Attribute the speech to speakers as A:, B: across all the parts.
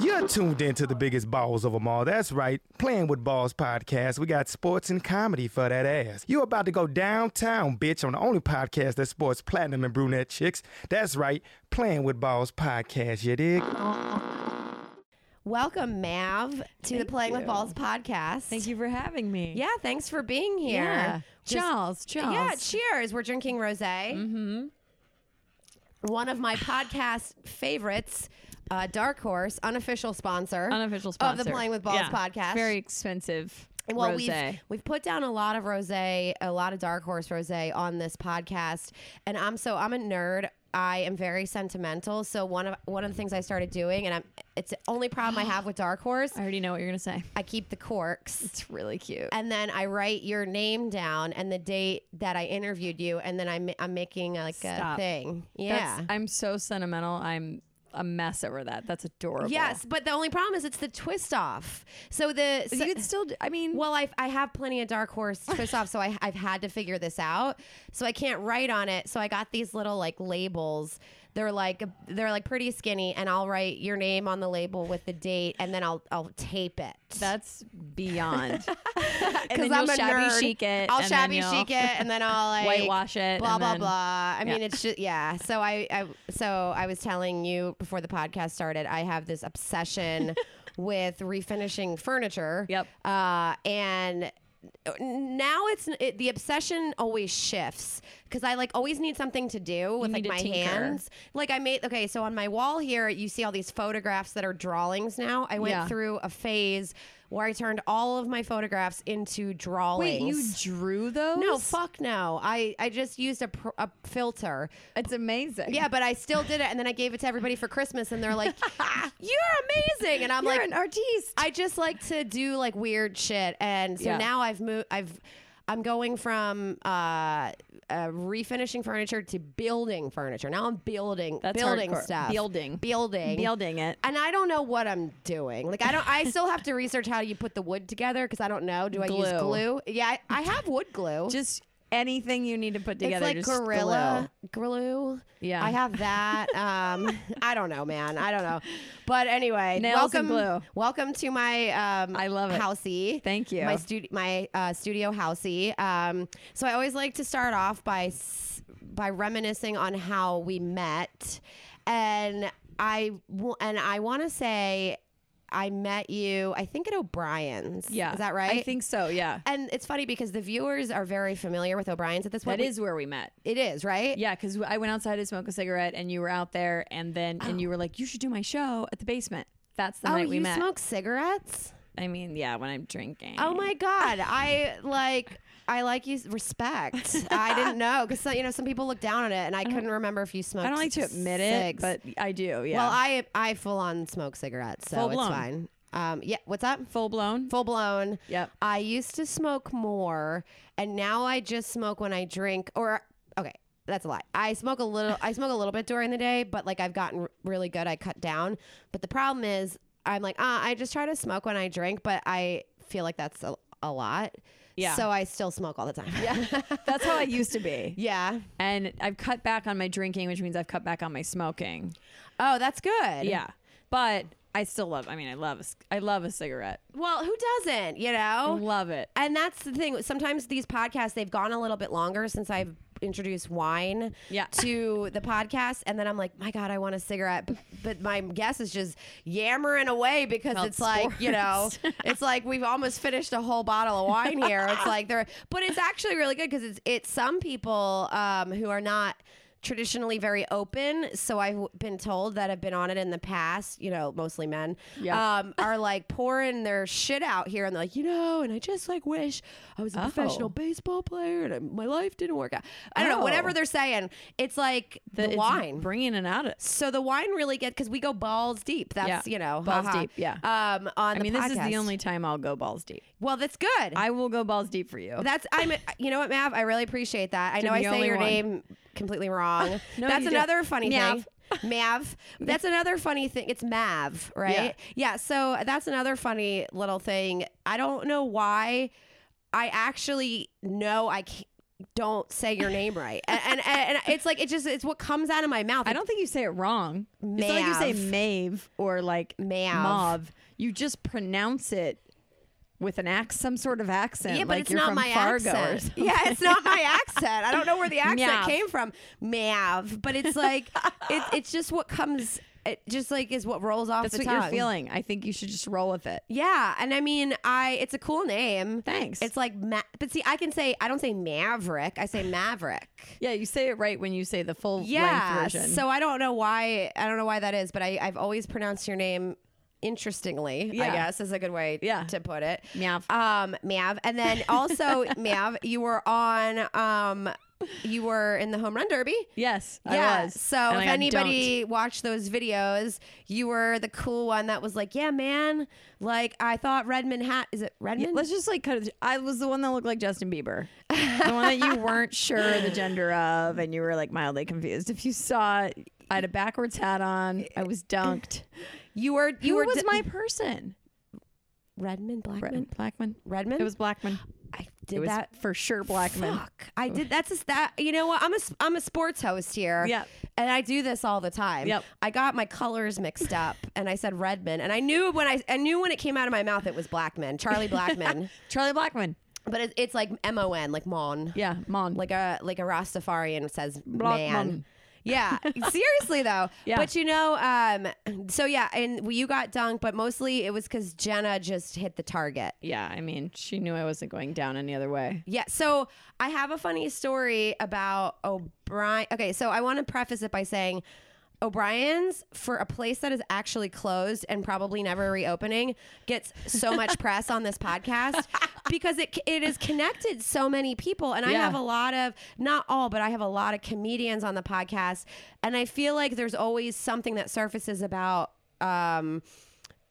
A: You're tuned in to the biggest balls of them all. That's right, Playing with Balls podcast. We got sports and comedy for that ass. You're about to go downtown, bitch, on the only podcast that sports platinum and brunette chicks. That's right, Playing with Balls podcast. You dig?
B: Welcome, Mav, to the Playing with Balls podcast.
C: Thank you for having me.
B: Yeah, thanks for being here.
C: Yeah.
B: Just-
C: Charles, Charles.
B: Yeah, cheers. We're drinking rosé. Mm-hmm. One of my podcast favorites, uh, Dark Horse, unofficial sponsor,
C: Unofficial
B: of
C: sponsor
B: Oh, the Playing with Balls
C: Yeah.
B: podcast.
C: Very expensive.
B: well,
C: rosé.
B: we've we've put down a lot of rosé, a lot of Dark Horse rosé on this podcast, and I'm so I'm a nerd. I am very sentimental. So one of one of the things I started doing, and I'm it's the only problem I have with Dark Horse.
C: I already know what you're gonna say.
B: I keep the corks.
C: It's really cute.
B: and then I write your name down and the date that I interviewed you, and then I'm I'm making like a
C: Stop.
B: thing.
C: That's-
B: Yeah.
C: I'm so sentimental. I'm a mess over that. That's adorable.
B: Yes, but the only problem is it's the twist off. So the
C: So
B: so-
C: you could still. d- I mean,
B: well, I I have plenty of dark horse twist off, so I I've had to figure this out. So I can't write on it. So I got these little like labels. They're like they're like pretty skinny, and I'll write your name on the label with the date, and then I'll I'll tape it.
C: that's beyond.
B: because
C: Because
B: I'm a
C: shabby
B: nerd.
C: chic it.
B: I'll
C: and then
B: shabby
C: you'll-
B: chic it, and then I'll like
C: Whitewash it,
B: Blah
C: and
B: blah
C: then-
B: blah. I mean,
C: Yeah.
B: it's just yeah. So I, I so I was telling you before the podcast started, I have this obsession with refinishing furniture.
C: Yep.
B: Uh, and now it's it, the obsession always shifts because I like always need something to do with like
C: need to
B: my
C: tinker.
B: hands. Like I made okay, so on my wall here, you see all these photographs that are drawings now. I went
C: Yeah.
B: through a phase where I turned all of my photographs into drawings.
C: Wait, you drew those?
B: no, fuck no. I, I just used a, pr- a filter.
C: It's amazing.
B: Yeah, but I still did it. And then I gave it to everybody for Christmas, and they're like, You're amazing. And I'm
C: You're
B: like,
C: an artiste.
B: I just like to do like weird shit, and so
C: Yeah.
B: now I've moved. I've I'm going from uh, uh, refinishing furniture to building furniture. Now I'm building
C: That's
B: building
C: hardcore.
B: stuff,
C: Building.
B: building,
C: Building it.
B: And I don't know what I'm doing. Like I don't. I still have to research how you put the wood together because I don't know. Do I use
C: Glue.
B: glue? Yeah, I, I have wood glue.
C: Just anything you need to put
B: it's
C: together.
B: like
C: just
B: gorilla glue.
C: Yeah.
B: I have that. Um, I don't know, man. I don't know. But anyway,
C: Nails
B: welcome,
C: and glue.
B: welcome to my. Um,
C: I love it.
B: housey.
C: Thank you.
B: My studio, my uh, studio housey. Um, so I always like to start off by s- by reminiscing on how we met, and I w- and I want to say. I met you, I think at O'Brien's.
C: Yeah.
B: Is that right?
C: I think so, yeah.
B: And it's funny because the viewers are very familiar with O'Brien's at this point.
C: That
B: We-
C: is where we met.
B: It is, right?
C: Yeah, because I went outside to smoke a cigarette, and you were out there, and then and you were like, "You should do my show at the basement." That's the
B: Oh,
C: night we
B: you
C: met.
B: smoke cigarettes?
C: I mean, yeah, when I'm drinking.
B: Oh my god, I like. I like you. Respect. I didn't know because you know some people look down on it, and I, couldn't remember if you smoked.
C: I don't like to admit it,
B: cigs.
C: but I do. Yeah.
B: well, I I full on smoke cigarettes, so
C: Full
B: it's
C: blown.
B: fine. Um, yeah. What's up?
C: full blown.
B: Full blown.
C: Yep.
B: I used to smoke more, and now I just smoke when I drink. Or okay, that's a lie. I smoke a little. I smoke a little bit during the day, but like I've gotten r- really good. I cut down. But the problem is, I'm like, ah, I just try to smoke when I drink, but I feel like that's a, a lot.
C: Yeah.
B: So I still smoke all the time. Yeah.
C: That's how I used to be.
B: yeah.
C: And I've cut back on my drinking, which means I've cut back on my smoking.
B: Oh, that's good.
C: Yeah, but I still love. I mean, I love. a c- I love a cigarette.
B: Well, who doesn't? You know.
C: Love it.
B: And that's the thing. Sometimes these podcasts they've gone a little bit longer since I've introduced wine
C: Yeah.
B: to the podcast, and then I'm like, my God, I want a cigarette, but, but my guess is just yammering away because
C: Felt
B: it's like you know, it's like we've almost finished a whole bottle of wine here. It's like they're, but it's actually really good because it's it's some people um, who are not traditionally very open so i've been told that have been on it in the past you know mostly men
C: Yeah.
B: um, are like pouring their shit out here and they're like, you know, and I just like wish I was a professional baseball player and I, my life didn't work out. I don't know,
C: Oh.
B: whatever they're saying. It's like the,
C: It's
B: wine.
C: bringing it out. Of,
B: so the wine really get because we go balls deep. That's
C: Yeah.
B: you know
C: Balls
B: haha.
C: deep, yeah.
B: Um, on
C: I
B: the
C: mean, this is the
B: podcast.
C: only time I'll go balls deep.
B: Well, that's good.
C: I will go balls deep for you.
B: that's I'm. You know what, Mav? I really appreciate that. I know
C: You're
B: I
C: the
B: say
C: only
B: your
C: one.
B: name completely wrong.
C: No,
B: that's
C: you do.
B: another funny
C: Mav.
B: thing. Mav. That's another funny thing. It's Mav, right? Yeah. So that's another funny little thing. I don't know why. I actually know I ca- don't say your name right. And, and, and it's like, it just, it's what comes out of my mouth.
C: I don't think you say it wrong. It's not like you say
B: Mav.
C: Mave or like
B: Mav.
C: Mauve. You just pronounce it with an ac- some sort of accent.
B: Yeah, but
C: like
B: it's
C: you're
B: not
C: from
B: my
C: Fargo or
B: accent.
C: something.
B: Yeah, it's not my accent. I don't know where the accent
C: Meow.
B: came from, Mav. But it's like it, it's just what comes. It just like is what rolls off
C: That's
B: the
C: what
B: tongue.
C: you're feeling. I think you should just roll with it.
B: Yeah, and I mean, I it's a cool name.
C: Thanks.
B: It's like, Ma- but see, I can say I don't say Maverick. I say Maverick.
C: Yeah, you say it right when you say the full
B: Yeah.
C: length version.
B: So I don't know why. I don't know why that is, but I, I've always pronounced your name interestingly. I
C: Yeah.
B: guess is a good way
C: Yeah.
B: to put it.
C: Meow.
B: Um, Mav, and then also Mav, you were on. Um, you were in the home run derby.
C: yes, I was.
B: So
C: And I
B: if
C: got
B: anybody watched those videos, you were the cool one that was like, "Yeah, man, like I thought Redmond hat is it
C: dunked.
B: Redmond?
C: let's just like cut. It. I was the one that looked like Justin Bieber, the one that you weren't sure the gender of, and you were like mildly confused. If you saw, it, I had a backwards hat on. I was dunked.
B: you were you
C: Who
B: were
C: was
B: d-
C: my person?
B: Redmond Blackman
C: Blackman.
B: Redmond.
C: It was Blackman.
B: I
C: it
B: did
C: was
B: that.
C: for sure Blackman.
B: Fuck, I did. That's a, that. You know what? I'm a s- I'm a sports host here.
C: Yep.
B: And I do this all the time.
C: Yep.
B: I got my colors mixed up, and I said Redmond, and I knew when I I knew when it came out of my mouth it was Blackman, Charlie Blackman,
C: Charlie Blackman.
B: but it, it's like M O N, like Mon,
C: Yeah, Mon.
B: like a like a Rastafarian says man.
C: Blackman.
B: Yeah, seriously though.
C: Yeah.
B: But you know, um, so yeah, and you got dunked, but mostly it was because Jenna just hit the target.
C: yeah, I mean, she knew I wasn't going down any other way.
B: Yeah. So I have a funny story about O'Brien. Okay. So I want to preface it by saying O'Brien's, for a place that is actually closed and probably never reopening, gets so much press on this podcast because it, it has connected so many people. And I
C: Yeah.
B: have a lot of, not all, but I have a lot of comedians on the podcast. And I feel like there's always something that surfaces about, um,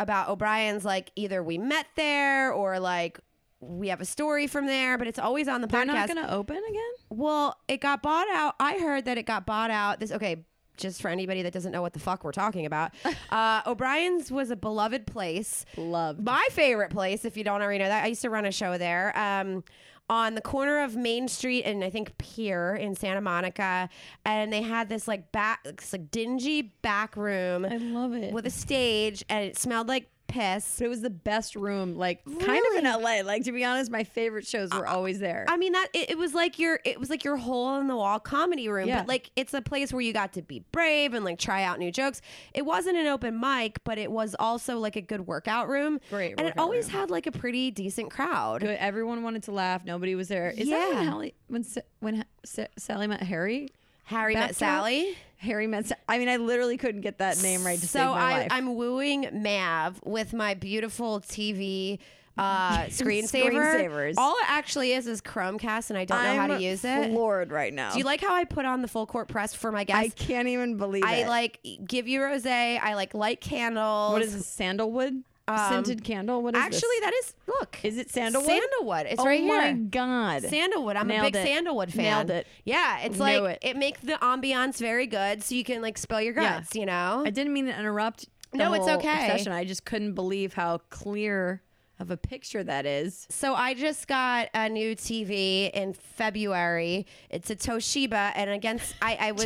B: about O'Brien's like either we met there or like we have a story from there, but it's always on the
C: They're
B: podcast.
C: not going to open again?
B: well, it got bought out. I heard that it got bought out. This okay, just for anybody that doesn't know what the fuck we're talking about. uh, O'Brien's was a beloved place.
C: Loved.
B: My favorite place, if you don't already know that, I used to run a show there. Um, on the corner of Main Street and I think Pier in Santa Monica, and they had this like back, this, like dingy back room
C: I love it.
B: with a stage, and it smelled like piss.
C: but it was the best room, like kind of in LA. Like to be honest, my favorite shows were always there.
B: I mean that it, it was like your it was like your hole in the wall comedy room,
C: Yeah.
B: but like it's a place where you got to be brave and like try out new jokes. It wasn't an open mic, but it was also like a good workout room.
C: Great
B: and it
C: workout
B: always
C: room.
B: had like a pretty decent crowd.
C: Good- Everyone wanted to laugh. Nobody was there. Is that
B: Yeah.
C: when, Hallie, when, Sa- when Ha- Sa- Sally met Harry?
B: Harry
C: Back
B: met
C: to-
B: Sally.
C: Harry met. Sa- I mean, I literally couldn't get that name right to
B: so
C: save my
B: I,
C: life.
B: I'm wooing Mav with my beautiful TV. Uh, screensaver.
C: Screensavers.
B: All it actually is is Chromecast, and I don't know how to
C: I'm
B: use it.
C: floored right now.
B: Do you like how I put on the full court press for my guests?
C: I can't even believe
B: I
C: it.
B: like e, give you rose. I like light candles.
C: What is this? Sandalwood scented candle. What is
B: Actually, that is look.
C: Is it sandalwood?
B: Sandalwood. It's
C: oh
B: right
C: my
B: here.
C: god!
B: Sandalwood. I'm a
C: Nailed
B: big
C: it.
B: sandalwood fan.
C: Nailed it.
B: Yeah, it's
C: Knew
B: like it.
C: it.
B: makes the ambiance very good, so you can like spill your
C: Yeah.
B: guts. You know.
C: I didn't mean to interrupt. the
B: No, it's
C: whole
B: okay.
C: Session. I just couldn't believe how clear of a picture that is.
B: so I just got a new TV in February. It's a Toshiba, and against I, I was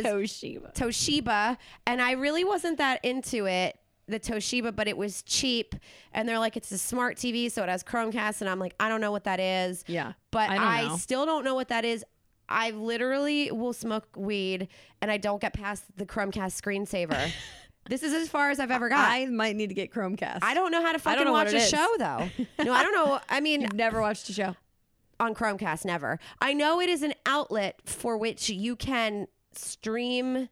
C: Toshiba.
B: Toshiba, and I really wasn't that into it, the Toshiba, but it was cheap. And they're like, it's a smart TV, so it has Chromecast, and I'm like, I don't know what that is.
C: Yeah,
B: but
C: I don't
B: I,
C: know.
B: still don't know what that is. I literally will smoke weed, and I don't get past the Chromecast screensaver. this is as far as I've ever got. I,
C: I might need to get Chromecast.
B: don't know how to
C: I
B: fucking
C: don't know what
B: watch
C: it
B: a
C: is.
B: show though. No, I don't know. I mean,
C: You've never watched a show.
B: on Chromecast, never. I know it is an outlet for which you can stream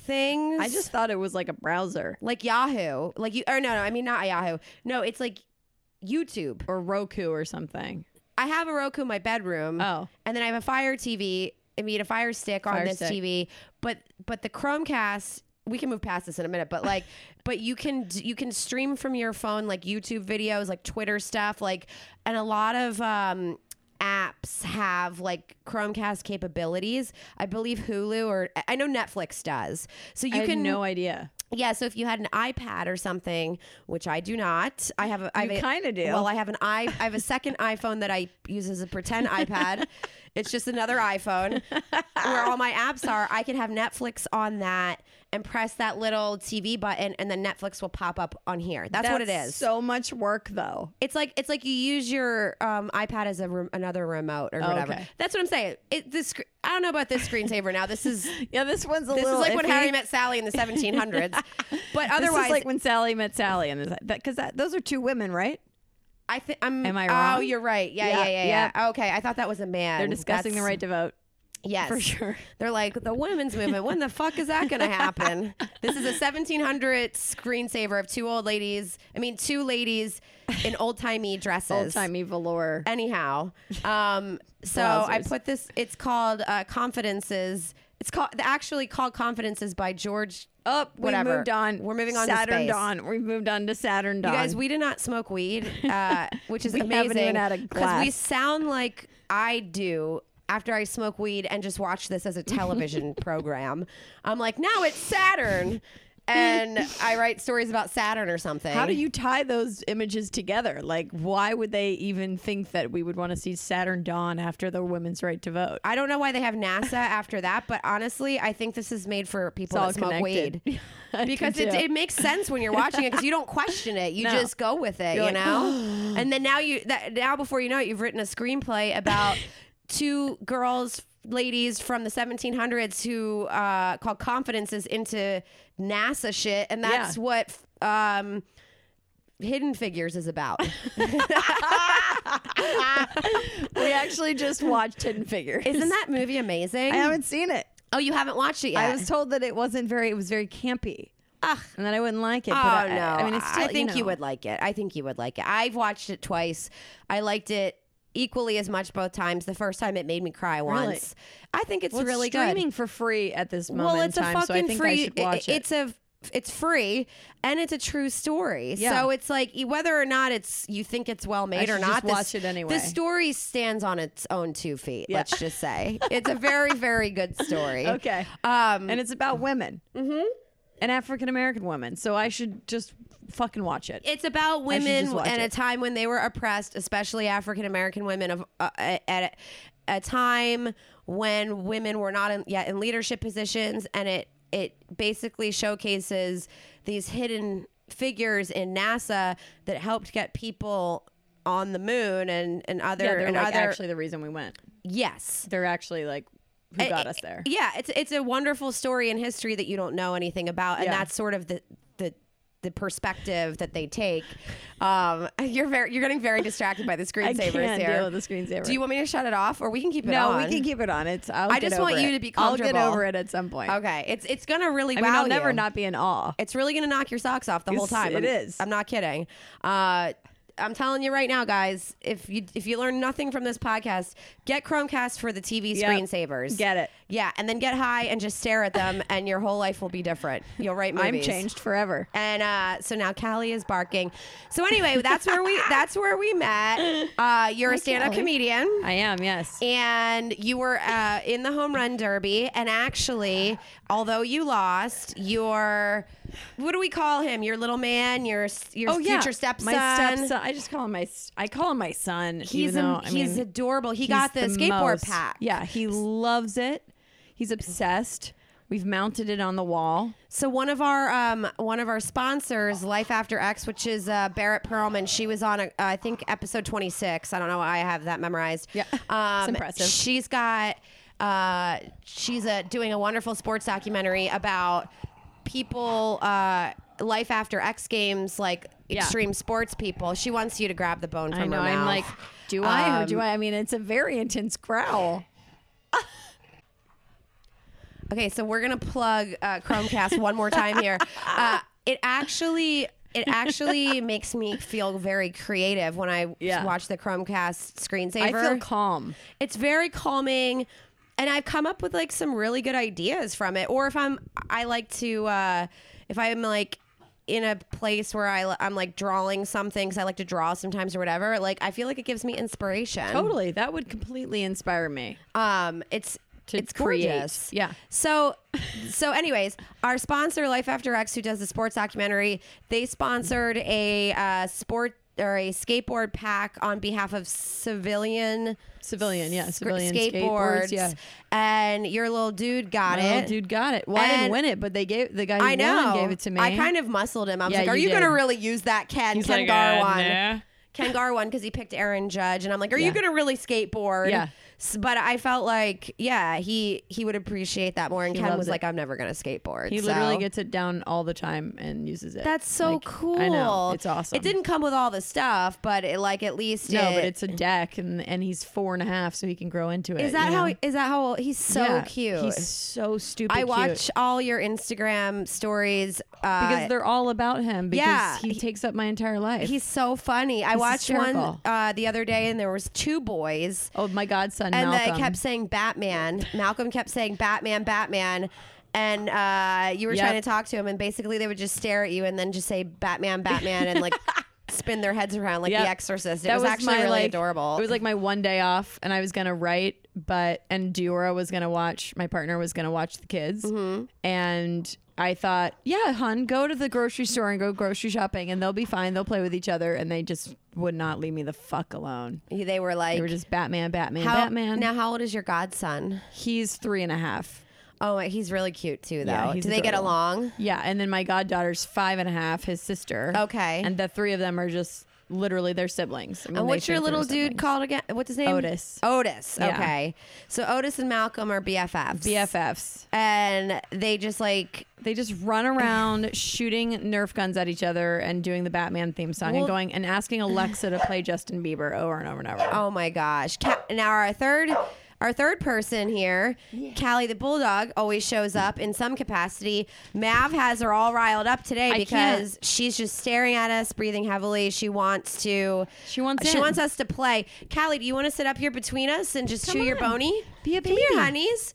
B: things.
C: I just thought it was like a browser
B: like Yahoo, like you or no, no, I mean not Yahoo. No, it's like YouTube.
C: or Roku or something.
B: I have a Roku in my bedroom.
C: Oh.
B: and then I have a Fire TV. I mean a Fire Stick on
C: Fire
B: this
C: Stick.
B: TV, but but the Chromecast. We can move past this in a minute, but like, but you can d- you can stream from your phone like YouTube videos, like Twitter stuff, like, and a lot of um, apps have like Chromecast capabilities. I believe Hulu or I know Netflix does, so you
C: I
B: can
C: had no idea.
B: yeah, so if you had an iPad or something, which I do not, I have. A, I
C: You
B: have a-
C: kinda do.
B: Well, I have an i. I have a second iPhone that I use as a pretend iPad. It's just another iPhone where all my apps are. I can have Netflix on that and press that little TV button, and then Netflix will pop up on here. That's, what it is.
C: So much work, though.
B: It's like it's like you use your um, iPad as a rem- another remote or whatever.
C: Oh, okay.
B: That's what I'm saying. It this sc- I don't know about this screensaver now. This is
C: Yeah, this one's a
B: this is
C: little.
B: like when
C: iffy.
B: Harry met Sally in the 1700s. but
C: This is
B: otherwise,
C: like when Sally met Sally, and because that, those are two women, right?
B: I think I'm.
C: Am I
B: Oh,
C: wrong?
B: you're right. Yeah,
C: Yeah,
B: yeah, yeah, yeah. Okay, I thought that was a man.
C: They're discussing the
B: That's-
C: right to vote
B: Yes,
C: for sure.
B: They're like the women's movement. When the fuck is that going to happen? this is a 1700 screensaver of two old ladies. I mean, two ladies in old timey dresses.
C: Old timey velour.
B: Anyhow, um, so I
C: Browsers.
B: put this. It's called uh, Confidences. It's called actually called Confidences by George.
C: Up, we
B: whatever.
C: moved on.
B: We're moving on to
C: Saturn
B: space.
C: Dawn. We've moved on to Saturn
B: You
C: Dawn.
B: guys, we did not smoke weed, uh, which is
C: We haven't
B: amazing.
C: even had a
B: Because we
C: glass.
B: sound like I do after I smoke weed and just watch this as a television program. I'm like, now it's Saturn. And I write stories about Saturn or something.
C: How do you tie those images together? Like, why would they even think that we would want to see Saturn Dawn after the women's right to vote?
B: I don't know why they have NASA after that, but honestly, I think this is made for people that
C: It's all
B: smoke
C: connected.
B: weed.
C: I do
B: because it,
C: too.
B: it makes sense when you're watching it because you don't question it you
C: No.
B: just go with it
C: You're
B: you
C: like,
B: know and then now you that now before you know it you've written a screenplay about two girls ladies from the 1700s who uh called confidences into nasa shit and that's
C: Yeah.
B: what um hidden figures is about
C: we actually just watched Hidden Figures.
B: isn't that movie amazing
C: I haven't seen it.
B: oh you haven't watched it yet
C: I was told that it wasn't very. It was very campy,
B: Ugh.
C: and that I wouldn't like it. but
B: oh no!
C: I, I mean, it's still,
B: think
C: know.
B: you would like it. I think you would like it. I've watched it twice. I liked it equally as much both times. The first time it made me cry once. I think it's
C: Well, it's
B: really
C: streaming
B: good.
C: for free at this moment.
B: Well, it's
C: in
B: a
C: time,
B: fucking
C: so I think
B: free.
C: I should watch
B: i-
C: it.
B: It's a it's free and it's a true story.
C: Yeah.
B: So it's like e, whether or not it's you think it's well made or
C: should
B: not.
C: just watch it anyway.
B: The story stands on its own two feet.
C: Yeah.
B: Let's just say it's a very very good story.
C: okay,
B: Um,
C: and it's about women, mm-hmm. an African American woman. So I should just fucking watch it.
B: it's about
C: should
B: women
C: just watch
B: and a
C: it.
B: time when they were oppressed, especially African American women of uh, at a, a time when women were not in, yet in leadership positions, and it it basically showcases these hidden figures in NASA that helped get people on the moon and and other
C: yeah, they're
B: and
C: like
B: other
C: actually the reason we went.
B: yes
C: They're actually like who got us there.
B: Eh, yeah, it's it's a wonderful story in history that you don't know anything about, and
C: Yeah.
B: that's sort of the the the perspective that they take. Um, you're very you're getting very distracted by the screensavers
C: can't
B: here.
C: deal with the screensaver.
B: Do you want me to shut it off, or we can keep it
C: no,
B: on?
C: we can keep it on. It's. I'll
B: I
C: get
B: just want
C: over
B: you
C: it.
B: to be
C: I'll get
B: comfortable.
C: over it at some point.
B: Okay, it's it's gonna really
C: I
B: wow
C: mean, I'll never
B: you.
C: not be in awe.
B: It's really gonna knock your socks off the whole
C: It's-
B: time.
C: it
B: I'm,
C: is.
B: I'm not kidding. Uh, I'm telling you right now, guys. If you if you learn nothing from this podcast, get Chromecast for the TV
C: Yep.
B: screensavers.
C: Get it.
B: Yeah, and then get high and just stare at them, and your whole life will be different. You'll write movies.
C: I'm changed forever.
B: And uh, so now Callie is barking. So anyway, that's where we that's where we met. Uh, you're a stand-up
C: Callie.
B: comedian.
C: I am. Yes.
B: And you were uh, in the home run derby, and actually, although you lost, your what do we call him? Your little man, your your future stepson.
C: Oh, My stepson. I just call him my. s- I call him my son.
B: He's
C: even though,
B: am-
C: I
B: he's
C: mean,
B: adorable. He
C: he's
B: got the, skateboard
C: most-
B: pack.
C: Yeah, he loves it. He's obsessed. We've mounted it on the wall.
B: So one of our um, one of our sponsors, Life After X, which is uh, Barrett Perlman, she was on a, I think episode twenty six. I don't know. why I have that memorized.
C: Yeah. It's
B: um,
C: impressive.
B: She's got uh, she's uh doing a wonderful sports documentary about people uh, life after X Games, like
C: Yeah.
B: extreme sports people. She wants you to grab the bone from
C: I know.
B: her
C: I'm
B: mouth.
C: like, do I or do
B: Um,
C: I? I mean, it's a very intense growl.
B: Okay, so we're gonna plug uh, Chromecast one more time here. Uh, it actually. It actually makes me feel very creative when I
C: Yeah.
B: watch the Chromecast
C: I
B: screensaver.
C: feel calm.
B: it's very calming, and I've come up with like some really good ideas from it. Or if I'm, I like to, uh, if I'm like in a place where I, am like drawing something, because I like to draw sometimes or whatever. Like I feel like it gives me inspiration.
C: Totally. That would completely inspire me.
B: Um, it's
C: To
B: it's
C: create.
B: gorgeous.
C: Yeah.
B: So, so anyways, our sponsor Life After X, who does the sports documentary, they sponsored a uh, sport or a skateboard pack on behalf of civilian
C: Civilian, yeah,
B: sc-
C: Uh, civilian
B: skateboards.
C: skateboards, yeah.
B: And your little dude got
C: My
B: it.
C: little dude got it. Well, I didn't
B: And-
C: win it, but they gave the guy who
B: I know.
C: won gave it to me.
B: I kind of mussled him. I was
C: Yeah,
B: like, "Are
C: you
B: you, going to
C: did.
B: really use that Ken
D: He's
B: Ken
D: like, uh,
B: Garwan?
D: nah.
B: Ken Garwan because he picked Aaron Judge, and I'm like, "Are
C: Yeah.
B: you going to really skateboard?"
C: Yeah.
B: S- But I felt like, yeah, he he would appreciate that more. And
C: He
B: Ken
C: loves
B: was
C: it.
B: like, "I'm never going to skateboard."
C: He
B: so-
C: literally gets it down all the time and uses it.
B: That's so
C: Like,
B: cool.
C: I know. It's awesome.
B: It didn't come with all the stuff, but it like at least
C: No,
B: it-
C: but it's a deck, and and he's four and a half, so he can grow into it.
B: Is that
C: you
B: how?
C: know?
B: Is that how old? he's so
C: Yeah,
B: cute?
C: He's so stupid.
B: I
C: cute.
B: watch all your Instagram stories uh,
C: because they're all about him. Because
B: yeah,
C: he,
B: he-
C: takes up my entire life.
B: He's so funny. I
C: He's
B: watched
C: hysterical.
B: one uh, the other day, and there was two boys,
C: oh my godson
B: and
C: Malcolm.
B: they kept saying Batman. Malcolm kept saying Batman, Batman, and uh, you were
C: Yep.
B: trying to talk to him, and basically they would just stare at you and then just say Batman, Batman, and like spin their heads around like
C: Yep.
B: The Exorcist. It was, actually really
C: like,
B: adorable.
C: It was like my one day off, and I was gonna write, but and Diora was gonna watch. My partner was gonna watch the kids,
B: Mm-hmm.
C: and I thought, yeah, hun, go to the grocery store and go grocery shopping, and they'll be fine. They'll play with each other, and they just would not leave me the fuck alone.
B: they were like
C: They were just Batman, Batman,
B: how,
C: Batman.
B: Now, how old is your godson?
C: he's three and a half.
B: Oh, he's really cute too, though.
C: Yeah, he's
B: Do they get
C: adorable.
B: along?
C: Yeah, and then my goddaughter's five and a half. His sister.
B: Okay.
C: and the three of them are just literally their siblings. I mean,
B: And
C: they
B: what's your
C: think they're
B: little dude
C: siblings.
B: called again? What's his name?
C: Otis.
B: Otis.
C: Yeah.
B: Okay. So Otis and Malcolm are BFFs.
C: BFFs.
B: And they just like
C: They just run around shooting Nerf guns at each other and doing the Batman theme song and
B: Well-
C: going and asking Alexa to play Justin Bieber over and over and over.
B: Oh my gosh. Ca- now our third our third person here, Callie the Bulldog, always shows up in some capacity. Mav has her all riled up today
C: I
B: because she's just staring at us, breathing heavily. She wants to
C: She wants
B: she
C: in.
B: wants us to play. Callie, do you want to sit up here between us and just chew your
C: on.
B: bony?
C: Be a
B: Come here,
C: baby.
B: honeys.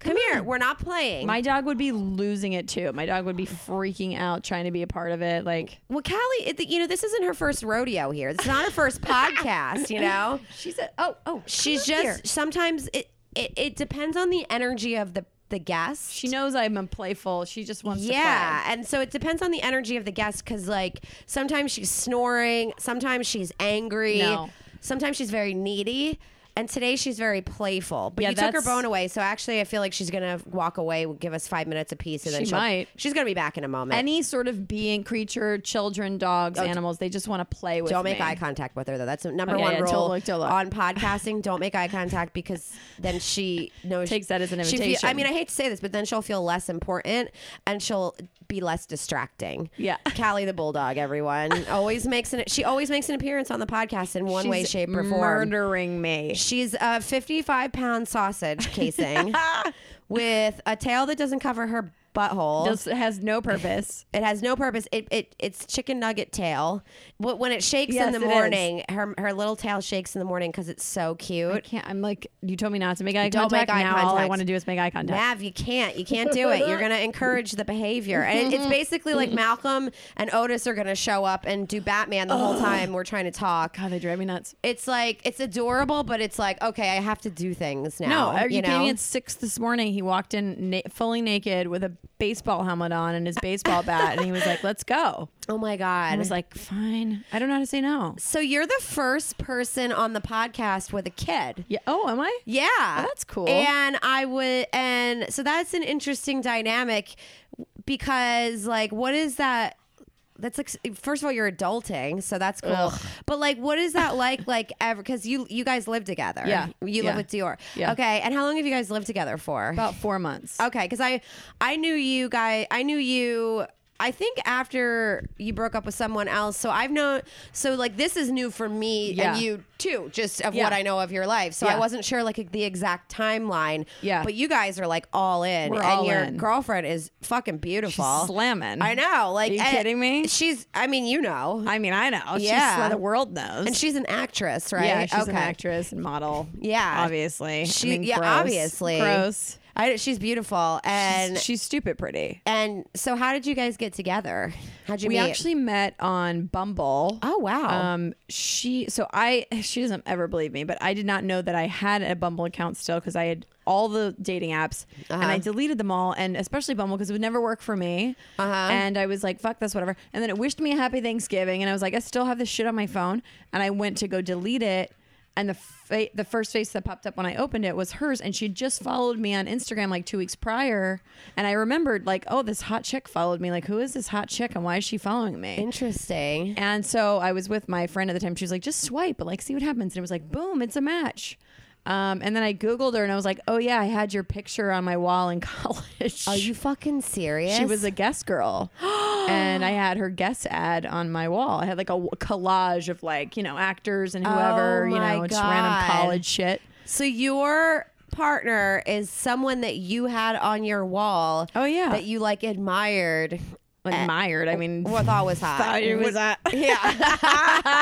B: Come, here. We're not playing.
C: My dog would be losing it too. My dog would be freaking out trying to be a part of it. Like
B: well, Callie, it, you know, this isn't her first rodeo here. It's not her first podcast, you know?
C: she's a oh oh
B: She's just sometimes it, it it depends on the energy of the the guest.
C: she knows I'm a playful. She just wants
B: yeah,
C: to
B: and so it depends on the energy of the guest because like sometimes she's snoring, sometimes she's angry,
C: No.
B: sometimes she's very needy, and today she's very playful. But
C: Yeah,
B: you took her
C: that's-
B: bone away, so actually I feel like she's gonna walk away, give us five minutes apiece, and then
C: She
B: she'll-
C: might.
B: She's gonna be back in a moment.
C: play. Any sort of being, creature, children, dogs, animals, they just want to play with.
B: don't make
C: me.
B: eye contact with her though. That's the number
C: Okay,
B: one
C: yeah,
B: rule
C: don't look, don't look.
B: on podcasting. Don't make eye contact because then she knows
C: Takes that as an
B: she feel-
C: invitation.
B: I mean, I hate to say this, but then she'll feel less important and she'll be less distracting.
C: Yeah.
B: Callie the bulldog, everyone always makes an she always makes an appearance on the podcast in one way,
C: She's
B: shape, or form.
C: Murdering me.
B: She's a 55 pound sausage casing with a tail that doesn't cover her butthole.
C: Just has no purpose.
B: It has no purpose. It, it it's chicken nugget tail. Wh- When it shakes
C: Yes,
B: in the
C: it is.
B: morning, her her little tail shakes in the morning because it's so
C: I
B: cute.
C: can't. I'm like, you told me not to make eye
B: Don't
C: contact.
B: make eye
C: now all I
B: contact.
C: want to do is make eye contact.
B: Nav, you can't. You can't do it. You're gonna encourage the behavior, and it- it's basically like Malcolm and Otis are gonna show up and do Batman the whole time we're trying to talk.
C: God, they drive me nuts.
B: It's like it's adorable, but it's like okay, I have to do things now.
C: No, are you,
B: you
C: kidding
B: know?
C: me? At six this morning, he walked in na- fully naked with a baseball helmet on and his baseball bat, and he was like, "Let's go."
B: oh my
C: I
B: god.
C: was like, "Fine, I don't know how to say no."
B: so you're the first person on the podcast with a kid.
C: Yeah. Oh, am I?
B: Yeah.
C: that's cool.
B: And I would and so that's an interesting dynamic because like what is that that's like first of all you're adulting so that's cool but like what is that like like ever because you you guys live together
C: Yeah.
B: you
C: Yeah.
B: live with dior
C: Yeah.
B: okay and how long have you guys lived together for
C: About four months.
B: Okay, because I I knew you guy. I knew you. I think after you broke up with someone else. So I've known. So like this is new for me
C: Yeah.
B: and you too, just of
C: Yeah.
B: what I know of your life. So
C: Yeah.
B: I wasn't sure like the exact timeline.
C: Yeah.
B: But you guys are like all in,
C: We're
B: and
C: all
B: your
C: in.
B: girlfriend is fucking beautiful.
C: slamming.
B: I know. Like,
C: Are you
B: and
C: kidding me?
B: She's. I mean, you know.
C: I mean, I know.
B: Yeah.
C: She's, the world knows.
B: and she's an actress, right?
C: yeah, she's an actress and model.
B: Yeah.
C: obviously. I
B: She-
C: mean,
B: yeah,
C: gross.
B: obviously.
C: Gross.
B: I, she's beautiful, and
C: She's stupid pretty.
B: and so how did you guys get together? How'd you
C: We
B: meet?
C: actually met on Bumble.
B: oh wow,
C: Um, she so I she doesn't ever believe me, but I did not know that I had a Bumble account still because I had all the dating apps and
B: Uh-huh.
C: I deleted them all, and especially Bumble because it would never work for me.
B: Uh-huh.
C: And I was like, "Fuck this, whatever." And then it wished me a happy Thanksgiving, and I was like, "I still have this shit on my phone," and I went to go delete it. And the fa- the first face that popped up when I opened it was hers, and she just followed me on Instagram like two weeks prior. And I remembered like, oh, this hot chick followed me. Like, who is this hot chick, and why is she following me?
B: interesting.
C: And so I was with my friend at the time. She was like, just swipe, but like, see what happens. And it was like, boom, it's a match. Um, and then I Googled her and I was like, oh, yeah, I had your picture on my wall in college.
B: Are you fucking serious?
C: She was a guest girl. and I had her guest ad on my wall. I had like a w- collage of like, you know, actors and whoever,
B: Oh
C: you
B: my
C: know, just random
B: God.
C: college shit.
B: so your partner is someone that you had on your wall.
C: Oh, yeah.
B: that you like admired. Eh,
C: Admired. I mean,
B: Well, thought was hot.
C: thought it was hot.
B: yeah,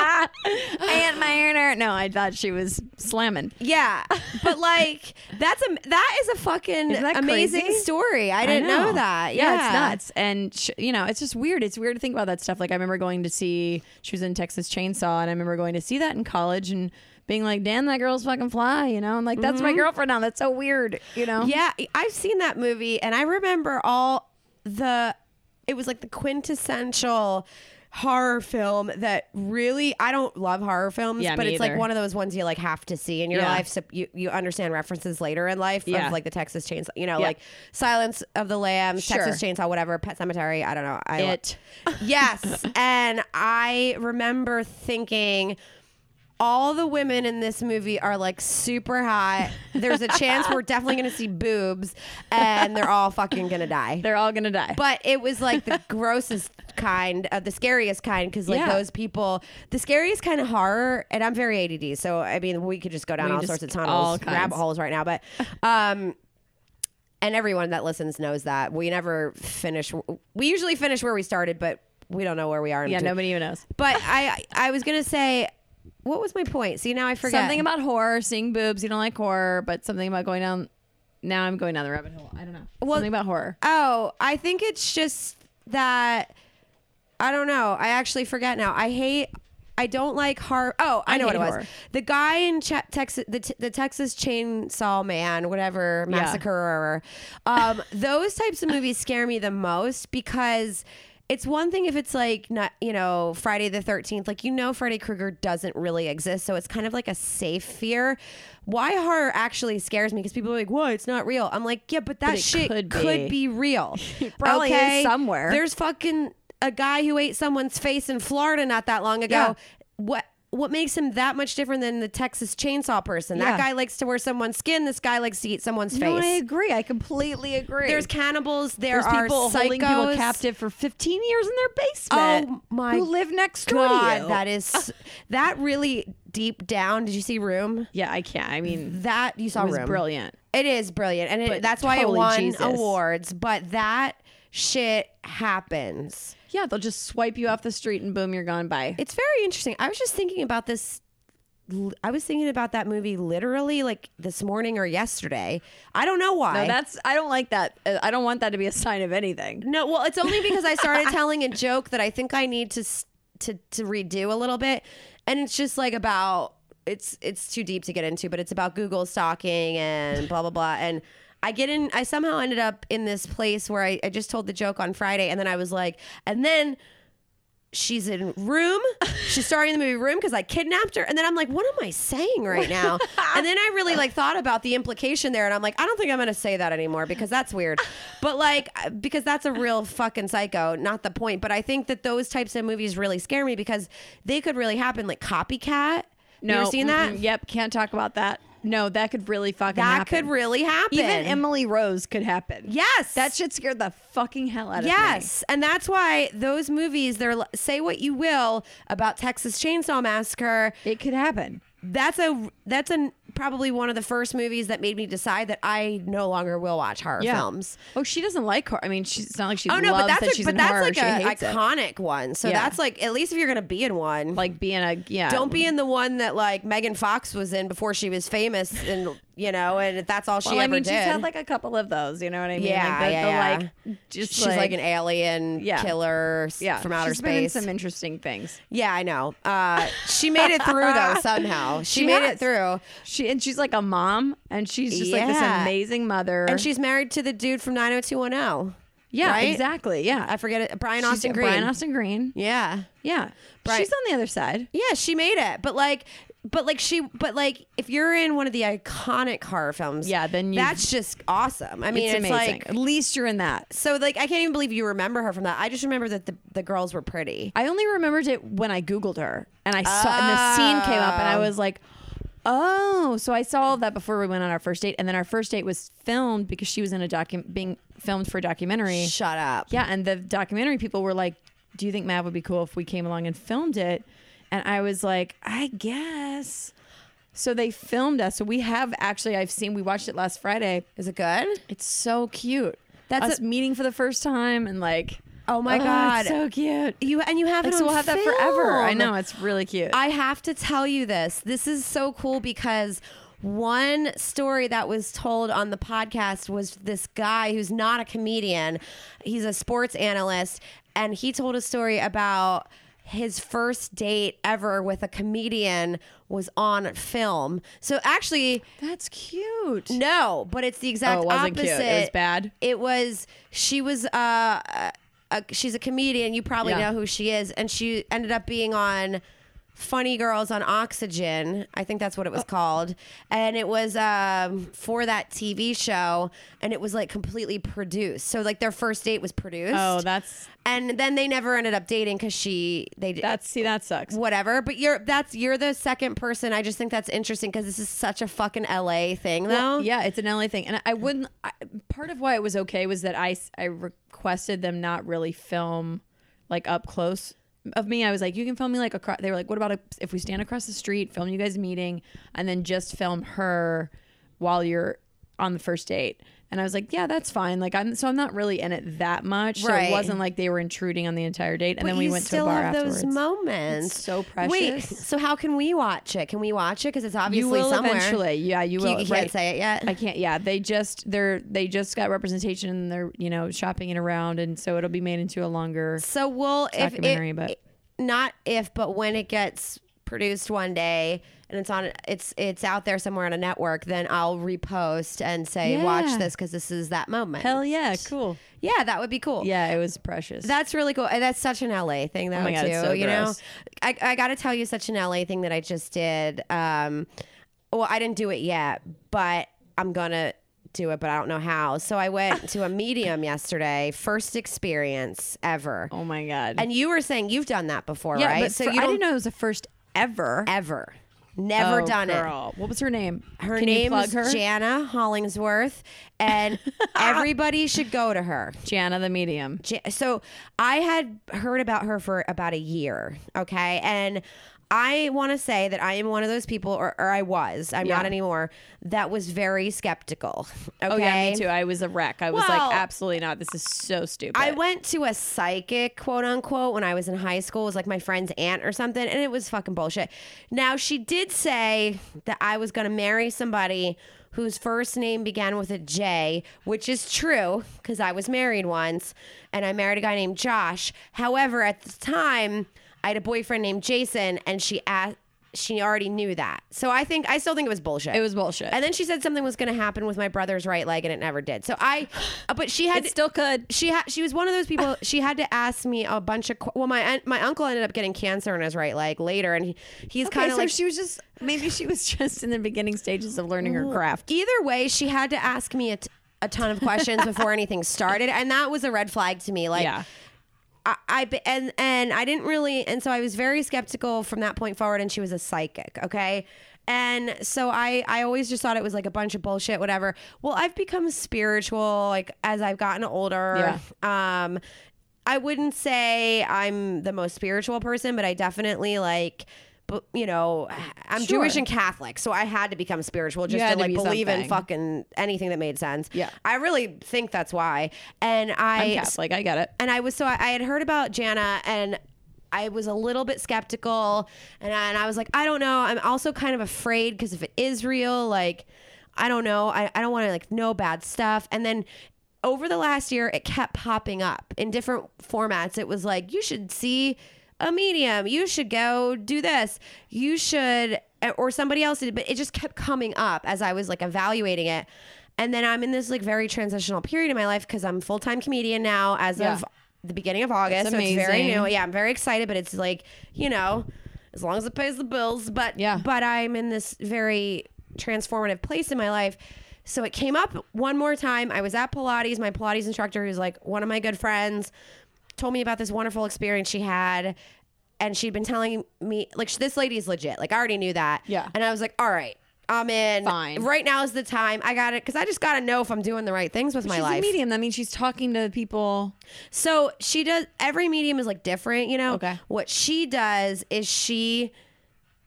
C: I admired her. No, I thought she was slamming.
B: yeah, but like that's a that is a fucking
C: Isn't that
B: amazing
C: crazy?
B: story. I didn't know. that. Yeah,
C: it's nuts. And sh- you know, it's just weird. It's weird to think about that stuff. Like I remember going to see she was in Texas Chainsaw, and I remember going to see that in college and being like, "Damn, that girl's fucking fly," you know. I'm like, "That's my girlfriend now." That's so weird, you know.
B: Mm-hmm. Yeah, I've seen that movie and I remember all the it was like the quintessential horror film that really I don't love horror films,
C: Yeah,
B: but
C: me
B: it's like
C: either.
B: one of those ones you like have to see in your
C: Yeah.
B: life so you, you understand references later in life
C: Yeah.
B: of like the Texas Chainsaw, you know,
C: Yeah.
B: like Silence of the Lambs,
C: Sure.
B: Texas Chainsaw whatever, Pet Cemetery, I don't know. I lo-
C: It.
B: yes. And I remember thinking all the women in this movie are like super hot. There's a chance we're definitely going to see boobs and they're all fucking going to die.
C: They're all gonna die.
B: But it was like the grossest kind of the scariest kind because like
C: Yeah.
B: those people the scariest kind of horror and i'm very add so i mean we could just go down
C: We
B: all
C: just-
B: sorts of
C: all
B: tunnels
C: kinds.
B: rabbit holes right now but um and everyone that listens knows that we never finish we usually finish where we started but we don't know where we are in
C: yeah,
B: between.
C: nobody even knows.
B: But I I was gonna say, what was my point? See now I forget
C: Something about horror, seeing boobs. You don't like horror, but something about going down. Now I'm going down the rabbit hole. I don't know. something about horror.
B: Oh, I think it's just that I don't know. I actually forget now. I hate. I don't like horror. Oh, I,
C: I
B: know what it
C: hate
B: was.
C: horror.
B: The guy in Ch- Texas, the, t- the Texas Chainsaw Man, whatever
C: Yeah.
B: massacrer. Um, those types of movies scare me the most because. It's one thing if it's like not, you know, Friday the 13th, like you know Freddy Krueger doesn't really exist, so it's kind of like a safe fear. Why horror actually scares me because people are like, "Whoa, it's not real." I'm like, "Yeah, but that
C: it
B: shit
C: could
B: could be
C: be.
B: real."
C: probably is somewhere.
B: There's fucking a guy who ate someone's face in Florida not that long ago.
C: Yeah.
B: What what makes him that much different than the Texas chainsaw person?
C: Yeah.
B: That guy likes to wear someone's skin. This guy likes to eat someone's
C: No, I
B: face.
C: agree. I completely agree.
B: There's cannibals. There
C: There's
B: are
C: people
B: psychos.
C: holding people captive for 15 years in their basement.
B: Oh my
C: Who live next door
B: God,
C: to you?
B: that is that really deep down. Did you see Room?
C: yeah, I can't. I mean,
B: That you saw
C: that was
B: Room.
C: brilliant.
B: It is brilliant, and it,
C: But
B: that's why it
C: holy
B: won
C: Jesus.
B: awards. But that shit happens.
C: Yeah, they'll just swipe you off the street and boom, you're gone. Bye.
B: It's very interesting. I was just thinking about this. l- I was thinking about that movie literally like this morning or yesterday. I don't know why.
C: No, that's I don't like that. Uh, I don't want that to be a sign of anything.
B: No, well, it's only because I started telling a joke that I think I need to s- to to redo a little bit, and it's just like about it's it's too deep to get into, but it's about Google stalking and blah blah blah and. I get in. I somehow ended up in this place where I, I just told the joke on Friday, and then I was like, and then she's in Room. She's starring in the movie Room because I kidnapped her, and then I'm like, what am I saying right now? and then I really like thought about the implication there, and I'm like, I don't think I'm gonna say that anymore because that's weird. But like, uh, because that's a real fucking psycho, not the point. But I think that those types of movies really scare me because they could really happen, like Copycat.
C: No,
B: you ever seen that?
C: mm-mm, Yep, can't talk about that. No, that could really fucking
B: That
C: happen.
B: could really happen.
C: even Emily Rose could happen.
B: Yes.
C: that shit scared the fucking hell out of me.
B: Yes, and that's why those movies. They're l- say what you will about Texas Chainsaw Massacre.
C: it could happen.
B: That's a that's an probably one of the first movies that made me decide that I no longer will watch horror films.
C: Oh, she doesn't like horror. I mean, she's it's not like she
B: Oh no,
C: loves
B: but that's
C: that
B: like,
C: she's
B: but
C: in
B: that's
C: horror.
B: like
C: she
B: an
C: hates it.
B: iconic one. So
C: Yeah.
B: that's like at least if you're gonna be in one,
C: Like being a yeah.
B: don't be in the one that like Megan Fox was in before she was famous and you know, and that's all she
C: well,
B: ever
C: I mean,
B: did.
C: she's had like a couple of those. You know what I mean?
B: Yeah,
C: like, the,
B: yeah,
C: the, like just
B: she's like, an alien
C: Yeah.
B: killer s-
C: yeah
B: from outer
C: she's been in
B: space.
C: some interesting things.
B: yeah, I know. Uh, she made it through though somehow. She,
C: She
B: made
C: has.
B: it through,
C: She and she's like a mom, and she's just like this
B: Yeah.
C: amazing mother.
B: and she's married to the dude from 90210.
C: yeah,
B: right?
C: exactly.
B: I
C: Yeah,
B: forget it. Brian
C: She's-
B: Austin Green.
C: Brian Austin Green.
B: Yeah.
C: Yeah,
B: Brian-
C: she's on the other side.
B: Yeah, she made it. But like but like she but like if you're in one of the iconic horror films,
C: Yeah, then you've-
B: that's just awesome. I mean,
C: It's
B: it's,
C: amazing.
B: like
C: At least you're in that.
B: so like I can't even believe you remember her from that. I just remember that the, the girls were pretty.
C: I only remembered it when I Googled her and I saw, and the scene came up, and I was like, oh, so I saw all that before we went on our first date. And then our first date was filmed because she was in a document being filmed for a documentary.
B: Shut up.
C: Yeah. And the documentary people were like, do you think Mav would be cool if we came along and filmed it? And I was like, I guess. So they filmed us. So we have actually, I've seen, we watched it last Friday.
B: Is it good?
C: It's so cute. That's
B: Us-
C: us meeting for the first time and like,
B: Oh my
C: oh,
B: god.
C: it's so cute.
B: you and you have
C: Like,
B: it
C: so
B: on
C: we'll have that
B: film.
C: forever. I know it's really cute.
B: I have to tell you this. This is so cool because one story that was told on the podcast was this guy who's not a comedian, he's a sports analyst, and he told a story about his first date ever with a comedian was on film. So actually,
C: That's cute.
B: no, but it's the exact
C: Oh, it wasn't
B: opposite.
C: cute. It was bad?
B: It was she was uh, a, a she's a comedian. You probably
C: Yeah.
B: know who she is, and she ended up being on Funny Girls on Oxygen. I think that's what it
C: Oh.
B: was called, and it was um, for that TV show, and it was like completely produced. So like their first date was produced.
C: Oh, that's
B: and then they never ended up dating because she they
C: that's see that sucks.
B: whatever but you're that's you're the second person i just think that's interesting because this is such a fucking la thing though
C: Yeah, it's an LA thing, and I wouldn't. I, part of why it was okay was that I s- I requested them not really film like up close of me. I was like, you can film me like across. They were like, what about a, if we stand across the street, film you guys meeting, and then just film her while you're on the first date. And I was like, yeah, that's fine. Like I'm so I'm not really in it that much. So
B: Right.
C: it wasn't like they were intruding on the entire date. And
B: But
C: then we
B: you
C: went to a
B: still
C: bar
B: have
C: afterwards.
B: those moments.
C: It's so
B: Wait,
C: precious.
B: so how can we watch it? Can we watch it? Because it's obviously
C: you will
B: somewhere.
C: eventually. Yeah, you
B: You-
C: will.
B: you can't
C: right.
B: say it yet?
C: I can't. Yeah, they just they're they just got representation and they're you know shopping it around, and so it'll be made into a longer.
B: So we'll if
C: documentary,
B: it,
C: but-
B: not if, but when it gets produced one day and it's on it's it's out there somewhere on a network, then I'll repost and say,
C: Yeah.
B: watch this because this is that moment.
C: Hell yeah, cool.
B: yeah, that would be cool.
C: Yeah, it was precious.
B: That's really cool. And that's such an LA thing, though,
C: Oh my God,
B: too.
C: it's so
B: you
C: gross.
B: know, I, I got to tell you such an LA thing that I just did. Um, well, I didn't do it yet, but I'm going to do it, but I don't know how. So I went to a medium yesterday, first experience ever.
C: oh my god.
B: And you were saying you've done that before,
C: yeah,
B: right?
C: but
B: so
C: for-
B: you
C: I
B: don't
C: didn't know it was the first ever.
B: ever, never done it.
C: it. Oh, What was her name?
B: Her
C: Can you
B: name
C: plug
B: is
C: her?
B: Jana Hollingsworth, and everybody should go to her.
C: Jana the medium.
B: Ja- so I had heard about her for about a year, okay? And I want to say that I am one of those people, or, or I was, I'm not
C: Yeah.
B: anymore, that was very skeptical. Okay.
C: Oh yeah, me too. I was a wreck. I was
B: Well-
C: like, absolutely not. This is so stupid.
B: I went to a psychic, quote unquote, when I was in high school. It was like my friend's aunt or something, and it was fucking bullshit. Now, she did say that I was going to marry somebody whose first name began with a J, which is true because I was married once and I married a guy named Josh. However, at the time, I had a boyfriend named Jason, and she asked. She already knew that. So I think, I still think it was bullshit.
C: It was bullshit.
B: And then she said something was going to happen with my brother's right leg, and it never did. So I, uh, but she had
C: it still could.
B: she ha- she was one of those people. She had to ask me a bunch of. Qu- well, my un- my uncle ended up getting cancer in his right leg later, and he, he's
C: Okay,
B: kind of
C: so
B: like.
C: she was just maybe she was just in the beginning stages of learning her craft.
B: either way, she had to ask me a, t- a ton of questions before anything started, and that was a red flag to me. Like,
C: Yeah.
B: I, I be- and and I didn't really and so I was very skeptical from that point forward and she was a psychic, okay? And so I I always just thought it was like a bunch of bullshit whatever. Well, I've become spiritual like as I've gotten older. Um I wouldn't say I'm the most spiritual person, but I definitely like bu- you know, I'm
C: Sure.
B: Jewish and Catholic, so I had to become spiritual just
C: had
B: to
C: to
B: like
C: be
B: believe in
C: something.
B: fucking anything that made sense.
C: Yeah.
B: I really think that's why. And I
C: I'm Catholic. I got it.
B: and I was so I, I had heard about Jana and I was a little bit skeptical and I, and I was like I don't know I'm also kind of afraid because if it is real like I don't know. I, I don't want to like know bad stuff. And then over the last year, it kept popping up in different formats. It was like, you should see a medium. You should go do this. You should, eh, or somebody else did. But it just kept coming up as I was like evaluating it. And then I'm in this like very transitional period in my life because I'm full time comedian now as
C: Yeah.
B: of the beginning of August.
C: That's
B: so it's very
C: amazing.
B: new. Yeah, I'm very excited, but it's like, you know, as long as it pays the bills. But
C: Yeah.
B: but I'm in this very transformative place in my life. So it came up one more time. I was at Pilates. My Pilates instructor, who's like one of my good friends, told me about this wonderful experience she had. And she'd been telling me, like, sh- this lady's legit. Like, I already knew that.
C: Yeah.
B: And I was like, all right, I'm in.
C: Fine.
B: Right now is the time. I got it. Cause I just got to know if I'm doing the right things with my
C: She's
B: life.
C: a medium. That means she's talking to people.
B: So she does every medium is like different, you know.
C: Okay.
B: What she does is she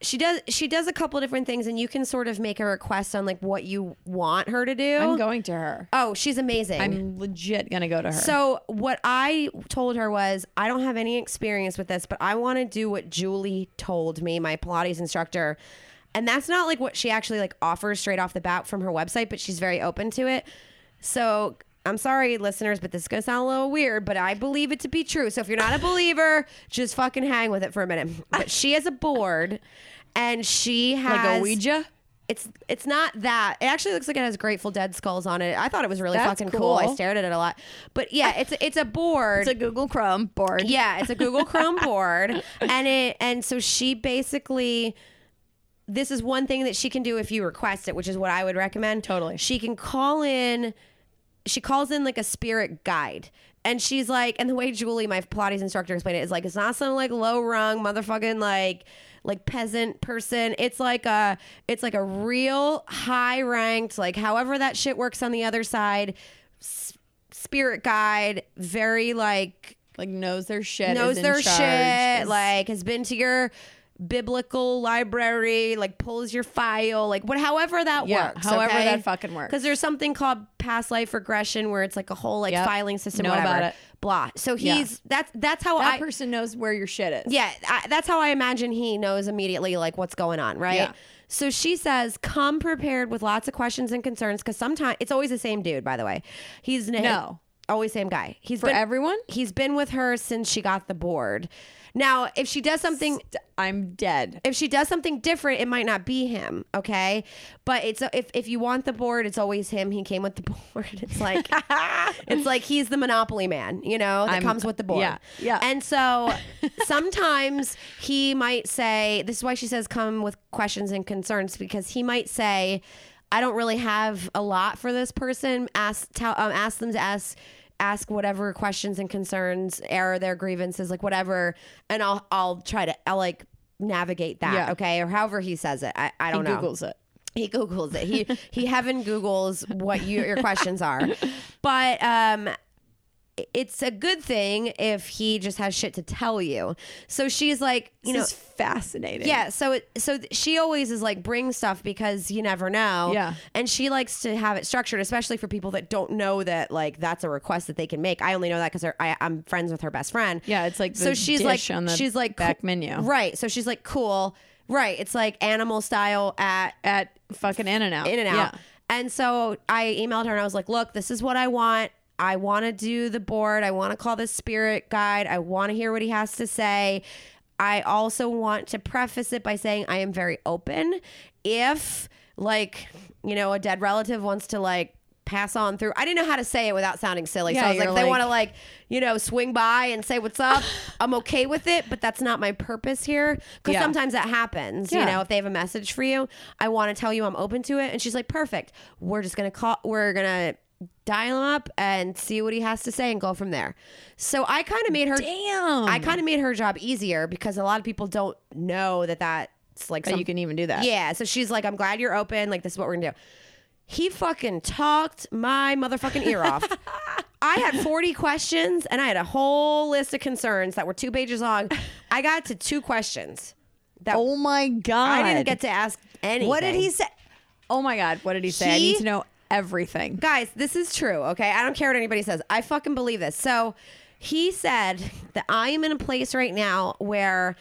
B: she does she does a couple different things and you can sort of make a request on like what you want her to do.
C: I'm going to her.
B: oh, she's amazing.
C: I'm legit gonna go to her.
B: so what I told her was I don't have any experience with this, but I want to do what Julie told me, my Pilates instructor. And that's not like what she actually like offers straight off the bat from her website, but she's very open to it. So I'm sorry, listeners, but this is gonna sound a little weird, but I believe it to be true. So if you're not a believer, just fucking hang with it for a minute. But she has a board, and she has
C: like a Ouija.
B: it's it's not that. It actually looks like it has Grateful Dead skulls on it. I thought it was really
C: That's
B: fucking cool. I
C: cool.
B: stared at it a lot. But yeah, it's it's a board.
C: It's a Google Chrome board.
B: yeah, it's a Google Chrome board, and it and so she basically. This is one thing that she can do if you request it, which is what I would recommend.
C: Totally.
B: She can call in she calls in like a spirit guide. And she's like, and the way Julie, my Pilates instructor, explained it is like, it's not some like low rung motherfucking like like peasant person. It's like a it's like a real high ranked like however that shit works on the other side. S- spirit guide, very like
C: Like knows their shit.
B: knows
C: is in
B: their
C: charge,
B: shit,
C: is-
B: like has been to your biblical library, like pulls your file, like what however that
C: Yeah,
B: works.
C: however that fucking works.
B: Because there's something called past life regression where it's like a whole like
C: Yep.
B: filing system,
C: Know
B: whatever.
C: about it.
B: Blah. So
C: Yeah.
B: he's that's that's how
C: that
B: I
C: person knows where your shit is.
B: yeah, I, that's how I imagine he knows immediately like what's going on, right?
C: Yeah.
B: So she says, "Come prepared with lots of questions and concerns, because sometimes it's always the same dude. By the way, he's n-
C: No.
B: always same guy. He's
C: For
B: been-
C: everyone?
B: He's been with her since she got the board. Now, if she does something,
C: I'm dead.
B: if she does something different, it might not be him. Okay, but it's if if you want the board, it's always him. He came with the board. It's like it's like he's the monopoly man, you know, that
C: I'm-
B: comes with the board.
C: yeah, yeah.
B: And so sometimes he might say, "This is why she says come with questions and concerns," because he might say, "I don't really have a lot for this person. Ask tell um, ask them to ask." ask whatever questions and concerns air their grievances like whatever and i'll i'll try to i'll like navigate that
C: Yeah.
B: okay or however he says it i, I
C: He
B: don't know
C: Googles it.
B: he googles it he he heaven googles what you, your questions are but um it's a good thing if he just has shit to tell you so she's like you
C: This
B: know
C: is fascinating.
B: yeah, so it, so th- she always is like bring stuff because you never know.
C: Yeah.
B: and she likes to have it structured, especially for people that don't know that like that's a request that they can make. I only know that because I'm friends with her best friend.
C: Yeah, it's like the
B: so she's
C: dish
B: like
C: on the
B: she's like
C: back
B: cool-
C: menu.
B: right? So she's like cool, right? It's like animal style at
C: At fucking In and Out.
B: in and out.
C: Yeah.
B: And so I emailed her and I was like, look, this is what I want. I want to do the board. I want to call the spirit guide. I want to hear what he has to say. I also want to preface it by saying I am very open. If, like, you know, a dead relative wants to, like, pass on through, I didn't know how to say it without sounding silly. so
C: Yeah,
B: I was like,
C: you're
B: if they
C: like-
B: want to, like, you know, swing by and say what's up, I'm okay with it, but that's not my purpose here. Because
C: Yeah.
B: sometimes that happens, you
C: Yeah.
B: know, if they have a message for you, I want to tell you I'm open to it. And she's like, perfect. We're just going to call, we're going to dial him up and see what he has to say and go from there. So I kind of made her,
C: Damn.
B: I kind of made her job easier because a lot of people don't know that that's like
C: that
B: some,
C: you can even do that.
B: yeah. So she's like, I'm glad you're open. Like, this is what we're going to do. He fucking talked my motherfucking ear off. I had 40 questions and I had a whole list of concerns that were two pages long. I got to two questions. That
C: Oh my god.
B: I didn't get to ask anything.
C: What did he say? Oh my god, what did he say? I
B: He-
C: need to know everything.
B: Guys, this is true, okay? I don't care what anybody says. I fucking believe this. So he said that I am in a place right now where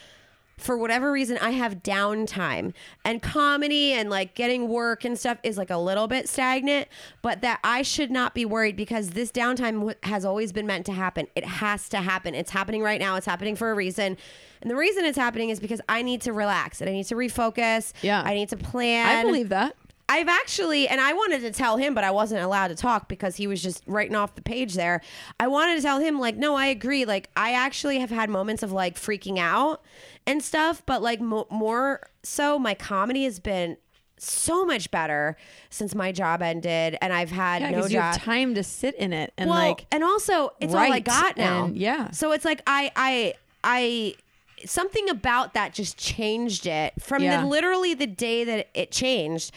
B: for whatever reason I have downtime and comedy and like getting work and stuff is like a little bit stagnant, but that I should not be worried because this downtime w- has always been meant to happen. It has to happen. It's happening right now. It's happening for a reason. And the reason it's happening is because I need to relax and I need to refocus.
C: Yeah.
B: I need to plan.
C: I believe that.
B: I've actually, and I wanted to tell him, but I wasn't allowed to talk because he was just writing off the page there. I wanted to tell him, like, no, I agree. Like, I actually have had moments of like freaking out and stuff, but like, mo- more so, my comedy has been so much better since my job ended and I've had
C: Yeah,
B: no
C: because
B: job
C: you have time to sit in it and like
B: and also it's all I
C: write
B: got now.
C: and- yeah.
B: So it's like I I I something about that just changed it from
C: Yeah.
B: the literally the day that it changed.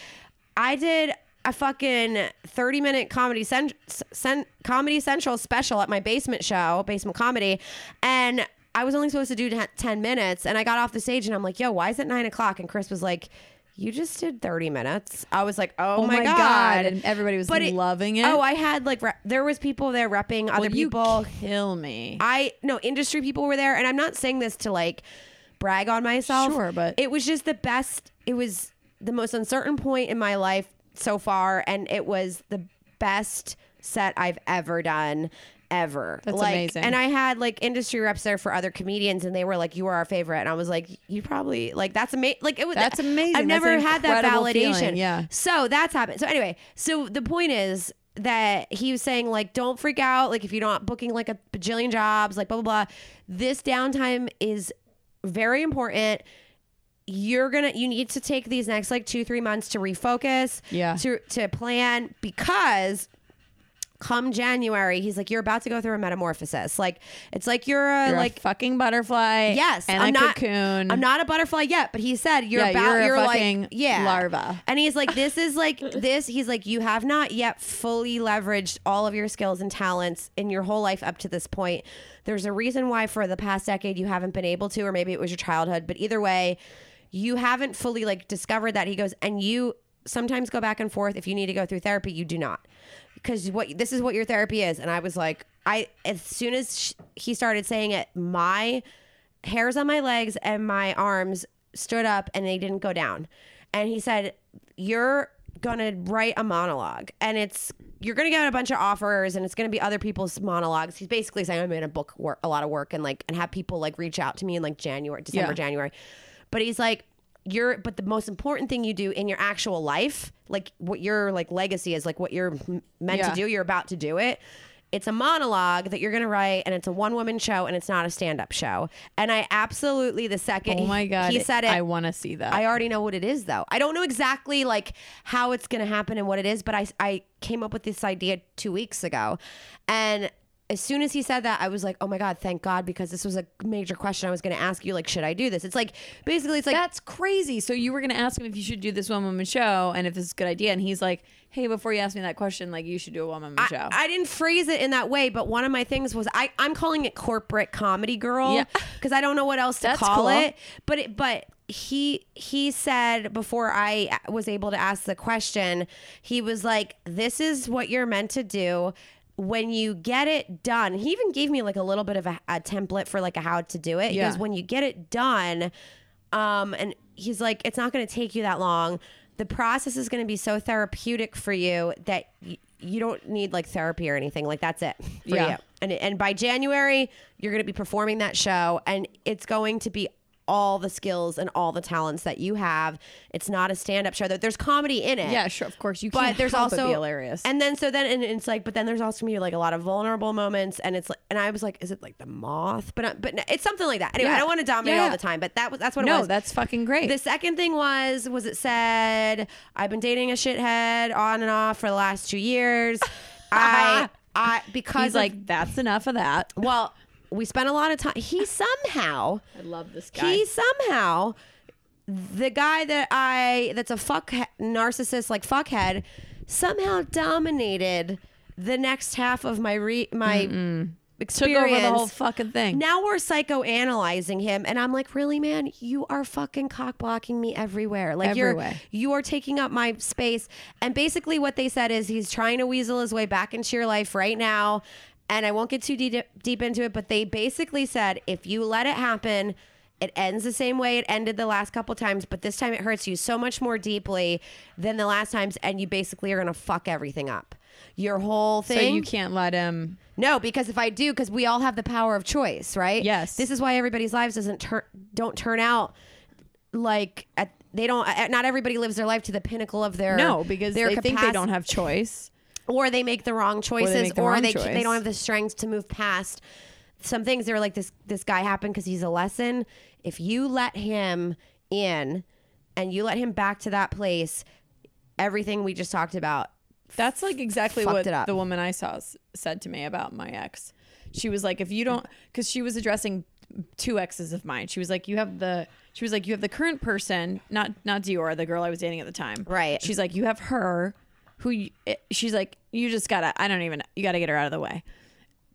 B: I did a fucking 30 minute comedy cent- cent- comedy central special at my basement show, basement comedy, and I was only supposed to do 10 minutes and I got off the stage and I'm like, yo, why is it nine o'clock? And Chris was like, you just did 30 minutes. I was like, oh,
C: Oh
B: my
C: my
B: God.
C: God. And everybody was loving it.
B: Oh, I had like, re- there was people there repping other
C: well, you
B: people.
C: kill me.
B: I no industry people were there, and I'm not saying this to like brag on myself.
C: Sure, but-
B: it was just the best. It was the most uncertain point in my life so far, and it was the best set I've ever done. Ever.
C: That's
B: Like,
C: amazing.
B: And I had like industry reps there for other comedians, and they were like, "You are our favorite," and I was like, "You probably like that's amazing." Like it was
C: That's amazing.
B: I've
C: That's
B: never
C: an
B: had that
C: incredible
B: validation.
C: feeling. Yeah.
B: So that's happened. So anyway, so the point is that he was saying like, don't freak out. Like if you're not booking like a bajillion jobs, like blah blah blah. This downtime is very important. You're gonna you need to take these next like two three months to refocus.
C: Yeah.
B: To to plan because. Come January, he's like, you're about to go through a metamorphosis. Like, it's like you're a
C: You're
B: like
C: a fucking butterfly.
B: Yes,
C: and
B: I'm
C: a
B: not-
C: cocoon.
B: I'm not a butterfly yet, but he said you're
C: Yeah,
B: about
C: you're a
B: you're,
C: fucking
B: like yeah
C: larva.
B: and he's like this is like this. He's like you have not yet fully leveraged all of your skills and talents in your whole life up to this point. There's a reason why for the past decade you haven't been able to, or maybe it was your childhood. But either way, you haven't fully like discovered that. He goes and you sometimes go back and forth. If you need to go through therapy, you do not because what this is what your therapy is. And I was like, I as soon as sh he started saying it, my hairs on my legs and my arms stood up and they didn't go down. And he said, You're gonna write a monologue and it's you're gonna get a bunch of offers and it's gonna be other people's monologues. He's basically saying I'm gonna book work, a lot of work and like and have people like reach out to me in like January, December,
C: Yeah.
B: January. But he's like, you're but the most important thing you do in your actual life, like what your like legacy is, like what you're m- meant to
C: Yeah.
B: do, you're about to do it. It's a monologue that you're going to write, and it's a one woman show, and it's not a stand up show. And I absolutely, the second
C: oh my god.
B: he said it,
C: I
B: I
C: want to see that.
B: already know what it is, though. I don't know exactly like how it's going to happen and what it is, but I, I came up with this idea two weeks ago. And as soon as he said that, I was like, oh my God, thank God, because this was a major question I was going to ask you. Like, should I do this? It's like, basically, it's like,
C: That's crazy. So you were gonna ask him if you should do this one woman show and if this is a good idea, and he's like, "Hey, before you ask me that question, like you should do a one woman show."
B: I didn't phrase it in that way, but one of my things was I, I'm calling it corporate comedy girl
C: Yeah.
B: because I don't know what else to
C: That's
B: call
C: cool.
B: it. But it, but he he said before I was able to ask the question, he was like, "This is what you're meant to do." When you get it done, he even gave me like a little bit of a, a template for like a how to do it. He
C: Yeah.
B: goes, when you get it done, um, and he's like, it's not going to take you that long. The process is going to be so therapeutic for you that y- you don't need like therapy or anything. Like that's it for
C: Yeah.
B: you. And and by January, you're going to be performing that show, and it's going to be all the skills and all the talents that you have. It's not a stand-up show. There- There's comedy in it.
C: yeah, sure. Of course, you.
B: But
C: can't
B: there's
C: help but
B: also
C: be hilarious.
B: And then so then and it's like, but then there's also gonna be like a lot of vulnerable moments, and it's like, and I was like, is it like the moth? But I- but it's something like that. Anyway, I
C: Yeah.
B: don't want to dominate
C: Yeah,
B: all
C: yeah.
B: the time, but that was that's what it
C: no,
B: was.
C: that's fucking great.
B: The second thing was was it said I've been dating a shithead on and off for the last two years. I I because
C: he's
B: of-
C: like, "That's enough of that."
B: well, we spent a lot of time. He somehow
C: I love this
B: he somehow the guy that I that's a fuck narcissist like fuckhead somehow dominated the next half of my re my
C: took
B: experience.
C: over the whole fucking thing.
B: Now we're psychoanalyzing him, and I'm like, really, man, you are fucking cock blocking me everywhere. Like
C: Everywhere.
B: you're you are taking up my space. And basically, what they said is he's trying to weasel his way back into your life right now. And I won't get too deep deep into it, but they basically said if you let it happen, It ends the same way it ended the last couple times, but this time it hurts you so much more deeply than the last times, and you basically are gonna fuck everything up. Your whole thing.
C: So you can't let him.
B: No, because if I do, because we all have the power of choice, right?
C: Yes.
B: This is why everybody's lives doesn't turn don't turn out like at, they don't. uh, Not everybody lives their life to the pinnacle of their
C: No, because
B: their
C: they think they
B: capaci-
C: don't have choice.
B: or they make the wrong choices,
C: make the
B: or
C: wrong
B: they
C: choice.
B: they don't have the strength to move past some things. They're like this this guy happened because he's a lesson. If you let him in, and you let him back to that place, everything we just talked about.
C: That's like exactly
B: fucked
C: what
B: it up.
C: the woman I saw s- said to me about my ex. She was like, if you don't,
B: Mm.
C: because she was addressing two exes of mine. She was like, you have the, she was like, you have the current person, not not Dior, the girl I was dating at the time.
B: Right.
C: She's like, you have her, who, you, it- she's like, you just gotta, I don't even, you gotta get her out of the way.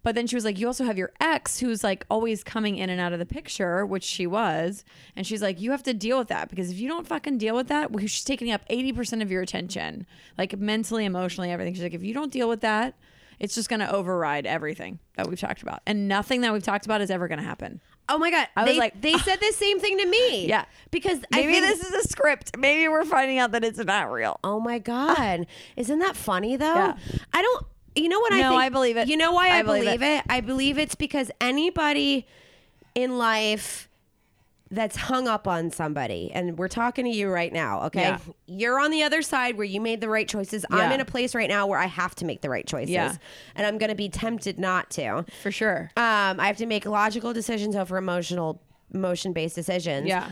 C: But then she was like, you also have your ex who's like always coming in and out of the picture, which she was. And she's like, you have to deal with that because if you don't fucking deal with that, well, she's taking up 80% of your attention, like mentally, emotionally, everything. She's like, if you don't deal with that, it's just going to override everything that we've talked about. And nothing that we've talked about is ever going to happen.
B: Oh my god!
C: was
B: they,
C: like,
B: they said the same thing to me.
C: Yeah.
B: because I
C: Maybe
B: think,
C: this is a script. Maybe we're finding out that it's not real.
B: Oh my God. Isn't that funny though?
C: Yeah.
B: I don't you know what I
C: No,
B: think
C: I believe it.
B: You know why I,
C: I believe
B: believe it? I believe it's because anybody in life that's hung up on somebody and we're talking to you right now, okay?
C: Yeah.
B: You're on the other side where you made the right choices. I'm
C: Yeah.
B: in a place right now where I have to make the right choices.
C: Yeah.
B: And I'm gonna be tempted not to.
C: For sure.
B: Um, I have to make logical decisions over emotional emotion based decisions
C: Yeah.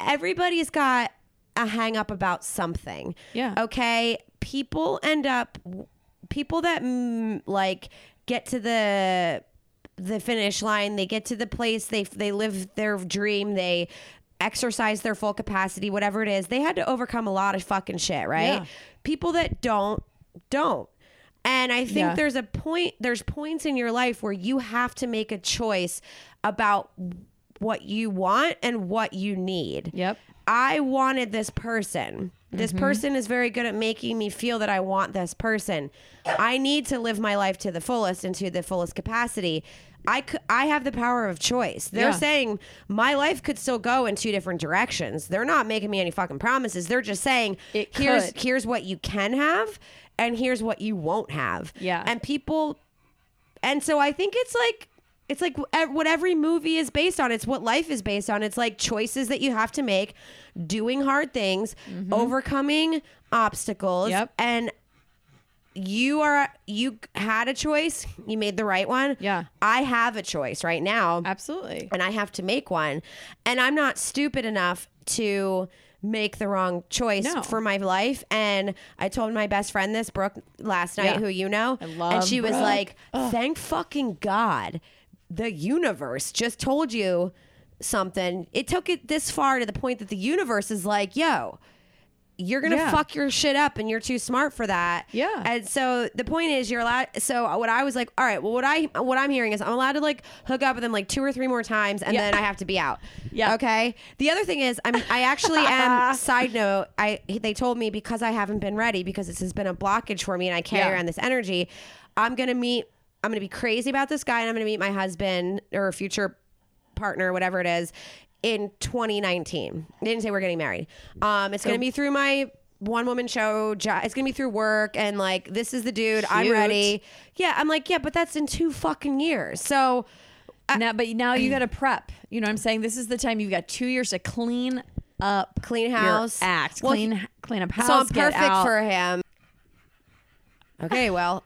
B: everybody's got a hang up about something.
C: Yeah.
B: Okay. People end up people that mm, like get to the the finish line, they get to the place they they live their dream, they exercise their full capacity, whatever it is. They had to overcome a lot of fucking shit, right?
C: Yeah.
B: People that don't don't. And I think
C: Yeah.
B: there's a point there's points in your life where you have to make a choice about what you want and what you need.
C: Yep. Mm-hmm.
B: I wanted this person. This person is very good at making me feel that I want this person. I need to live my life to the fullest and to the fullest capacity. I cou- I have the power of choice. They're
C: Yeah.
B: saying my life could still go in two different directions. They're not making me any fucking promises. They're just saying
C: It
B: here's
C: could.
B: here's what you can have and here's what you won't have.
C: Yeah.
B: And people and so I think it's like it's like e- what every movie is based on. It's what life is based on. It's like choices that you have to make, doing hard things, overcoming obstacles,
C: Mm-hmm. Yep.
B: and you are you had a choice. You made the right one.
C: Yeah.
B: I have a choice right now
C: Absolutely.
B: and I have to make one. And I'm not stupid enough to make the wrong choice
C: No.
B: for my life. And I told my best friend this, Brooke, last night,
C: Yeah.
B: who you know.
C: I love
B: and she was
C: Brooke.
B: like, thank fucking God the universe just told you something. It took it this far to the point that the universe is like, yo, you're gonna
C: Yeah.
B: fuck your shit up and you're too smart for that.
C: Yeah.
B: And so the point is you're allowed so what I was like, all right, well what I what I'm hearing is I'm allowed to like hook up with him like two or three more times and
C: Yeah.
B: then I have to be out.
C: Yeah.
B: Okay. The other thing is I'm I actually am side note, I they told me because I haven't been ready, because this has been a blockage for me and I carry
C: Yeah.
B: around this energy, I'm gonna meet I'm gonna be crazy about this guy and I'm gonna meet my husband or future partner, whatever it is, in 2019. They didn't say we're getting married. Um, it's gonna be through my one woman show. Jo- it's gonna be through work, and like this is the dude. I'm
C: Cute.
B: ready. Yeah, I'm like yeah, but that's in two fucking years. So
C: now, but now you got to prep. You know what I'm saying? This is the time you've got two years to clean up,
B: Clean
C: your
B: house.
C: act,
B: Well,
C: clean, clean up house.
B: so I'm
C: get
B: perfect
C: out.
B: for him. Okay, well,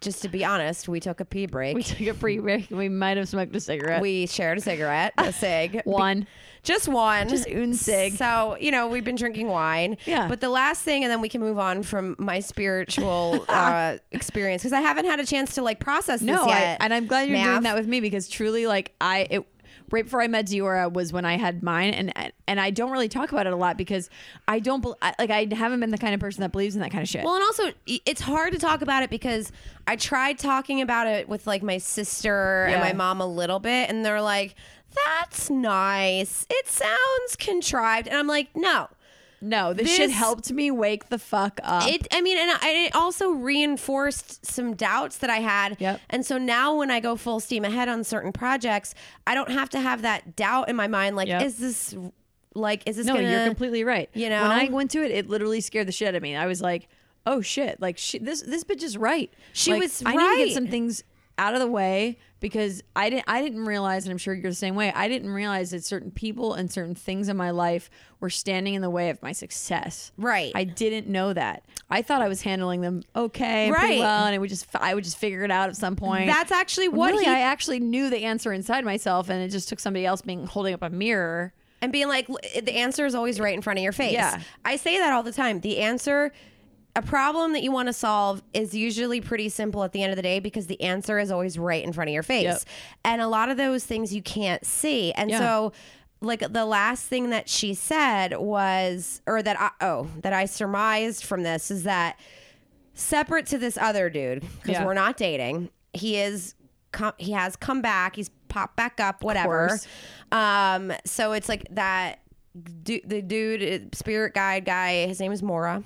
B: just to be honest, we took a pee break.
C: We
B: We,
C: took a free break. We might have smoked a cigarette.
B: shared a cigarette, a cig,
C: One.
B: Just one.
C: Just un cig.
B: So, you know, we've been drinking wine.
C: Yeah.
B: But the last thing, and then we can move on from my spiritual uh, experience because I haven't had a chance to like process
C: No,
B: this
C: I,
B: yet.
C: and I'm glad you're
B: Mav.
C: doing that with me because truly, like I, it, right before I met Diora was when I had mine, and and I don't really talk about it a lot because I don't bel- I, like I haven't been the kind of person that believes in that kind of shit.
B: Well, and also i- it's hard to talk about it because I tried talking about it with like my sister and
C: Yeah.
B: my mom a little bit, and they're like, "That's nice. It sounds contrived," and I'm like, "No."
C: No, this, shit
B: This-
C: helped me wake the fuck up.
B: It, I mean, and, I, and it also reinforced some doubts that I had.
C: Yep.
B: And so now when I go full steam ahead on certain projects, I don't have to have that doubt in my mind. Like,
C: Yep.
B: is this, like, is this
C: no,
B: gonna?
C: you're completely right.
B: you
C: when
B: know?
C: I went to it, it literally scared the shit out of me. I was like, oh shit, like she, this this bitch is right.
B: She
C: Like,
B: was
C: I need to
B: right.
C: get some things out of the way because I didn't I didn't realize, and I'm sure you're the same way. I didn't realize that certain people and certain things in my life were standing in the way of my success.
B: Right.
C: I didn't know that. I thought I was handling them okay, right.
B: Right.
C: well, and it would just I would just figure it out at some point.
B: That's actually what
C: really,
B: he
C: I actually knew the answer inside myself, and it just took somebody else being holding up a mirror.
B: and being like "L- the answer is always right in front of your face.
C: Yeah.
B: I say that all the time. The answer a problem that you want to solve is usually pretty simple at the end of the day because the answer is always right in front of your face.
C: Yep.
B: And a lot of those things you can't see. And
C: Yeah.
B: so like the last thing that she said was or that I oh, that I surmised from this is that separate to this other dude because
C: Yeah.
B: we're not dating. He is com- he has come back. He's popped back up. Whatever.
C: course.
B: Um. So it's like that. Du- the dude, uh, spirit guide guy. His name is Mora.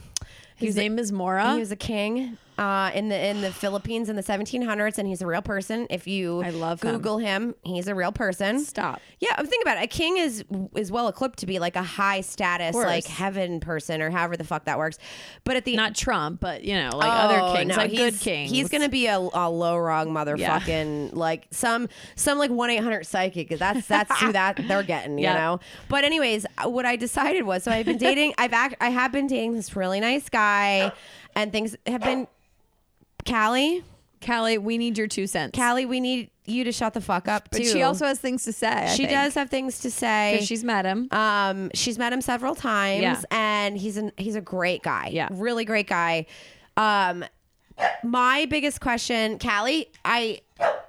C: His name is Mora.
B: He was a king uh, in the in the Philippines in the 1700s, and he's a real person. If you
C: I love him.
B: Google him. he's a real person.
C: Stop.
B: Yeah, I'm thinking about it. A king is is well equipped to be like a high status,
C: course.
B: like heaven person, or however the fuck that works. But at the
C: not Trump, but you know, like
B: Oh,
C: other kings,
B: no,
C: like good
B: he's-
C: kings.
B: He's gonna be a, a low wrong motherfucking like some some like one eight hundred psychic. That's that's who that they're getting, you
C: Yeah.
B: know. But anyways, uh, what I decided was so I've been dating. I've act, I have been dating this really nice guy, and things have been. Callie,
C: Callie. We need your two cents.
B: Callie, we need you to shut the fuck up
C: but
B: too.
C: she also has things to say. I
B: she
C: think,
B: does have things to say.
C: 'cause she's met him.
B: Um, she's met him several times,
C: Yeah.
B: and he's an he's a great guy.
C: Yeah.
B: really great guy. Um, my biggest question, Callie, I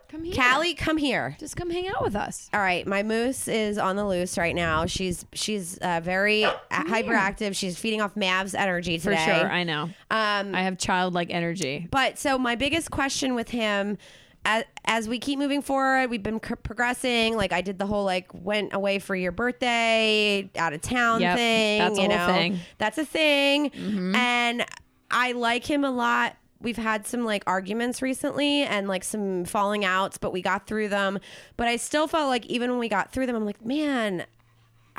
C: come here,
B: Callie, come here.
C: Just come hang out with us.
B: All right, my moose is on the loose right now. She's she's uh, very hyperactive. She's feeding off Mav's energy
C: For
B: today.
C: sure, I know.
B: Um,
C: I have childlike energy.
B: but so my biggest question with him as, as we keep moving forward, we've been c- progressing. Like I did the whole like went away for your birthday, out of town
C: Yep,
B: thing.
C: that's a
B: you
C: whole
B: know?
C: thing. Mm-hmm.
B: That's a thing. And I like him a lot. We've had some like arguments recently and like some falling outs, but we got through them. But I still felt like even when we got through them, I'm like, man,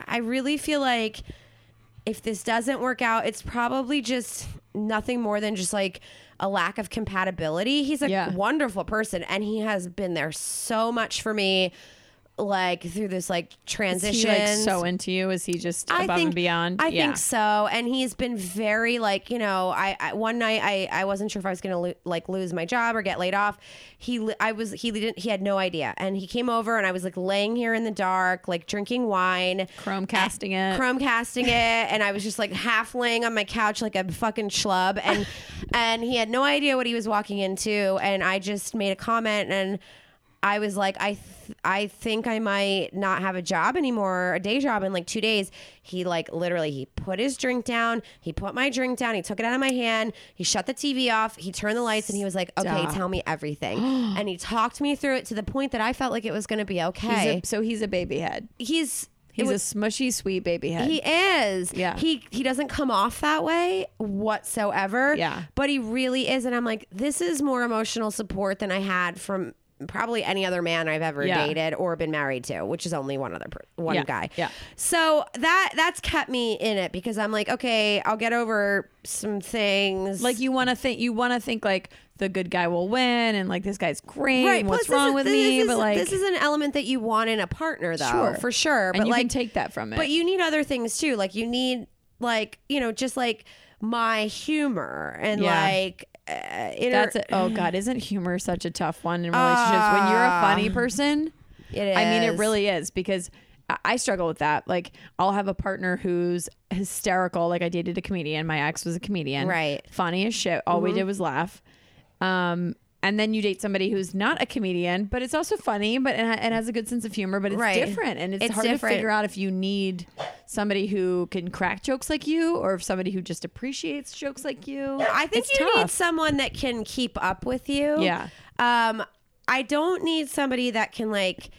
B: I really feel like if this doesn't work out, it's probably just nothing more than just like a lack of compatibility. He's a
C: Yeah.
B: wonderful person and he has been there so much for me like through this like
C: Is he
B: transition.
C: like so into you? Is he just above and beyond?
B: I
C: yeah.
B: think so. And he's been very like, you know, I, I one night I, I wasn't sure if I was going to lo- like lose my job or get laid off. He, li- I was, he didn't, he had no idea. And he came over and I was like laying here in the dark, like drinking wine,
C: Chrome casting it.
B: Chromecasting it, and I was just like half laying on my couch like a fucking schlub, and and he had no idea what he was walking into, and I just made a comment, and I was like, I th- I think I might not have a job anymore, a day job in like two days. He like literally he put his drink down, he put my drink down, he took it out of my hand, he shut the TV off, he turned the lights, and he was like, okay,
C: Stop.
B: tell me everything, and he talked me through it to the point that I felt like it was gonna be
C: He's a-
B: okay.
C: so he's a baby head.
B: He's it
C: He's
B: was-
C: a smushy, sweet baby head.
B: he is.
C: Yeah.
B: He he doesn't come off that way whatsoever.
C: Yeah.
B: But he really is. And I'm like, this is more emotional support than I had from probably any other man I've ever
C: Yeah.
B: dated or been married to, which is only one other per- one
C: Yeah.
B: guy.
C: Yeah.
B: So that that's kept me in it because I'm like, okay, I'll get over some things.
C: like you want to think. You want to think like the good guy will win, and like this guy's great.
B: Right,
C: and
B: plus
C: what's
B: this
C: wrong
B: is-
C: with
B: this
C: me?
B: is-
C: but like,
B: this is an element that you want in a partner, though,
C: Sure.
B: for sure.
C: and
B: but
C: you
B: like,
C: can take that from it.
B: But you need other things too. Like you need like you know just like my humor and
C: Yeah.
B: like uh, inter-
C: That's it. Oh God, isn't humor such a tough one in relationships? when you're a funny person,
B: Um, It
C: I mean, it
B: is.
C: really is because I- I struggle with that. Like, I'll have a partner who's hysterical. Like, I dated a comedian. My ex was a comedian,
B: Right. Mm-hmm.
C: Funny as shit. All we did was laugh. Um, and then you date somebody who's not a comedian, but it's also funny, but and, and has a good sense of humor, but it's
B: Right.
C: different, and it's,
B: It's
C: hard
B: different.
C: to figure out if you need somebody who can crack jokes like you, or if somebody who just appreciates jokes like you.
B: I think
C: It's
B: you need
C: tough.
B: someone that can keep up with you.
C: Yeah.
B: Um, I don't need somebody that can like.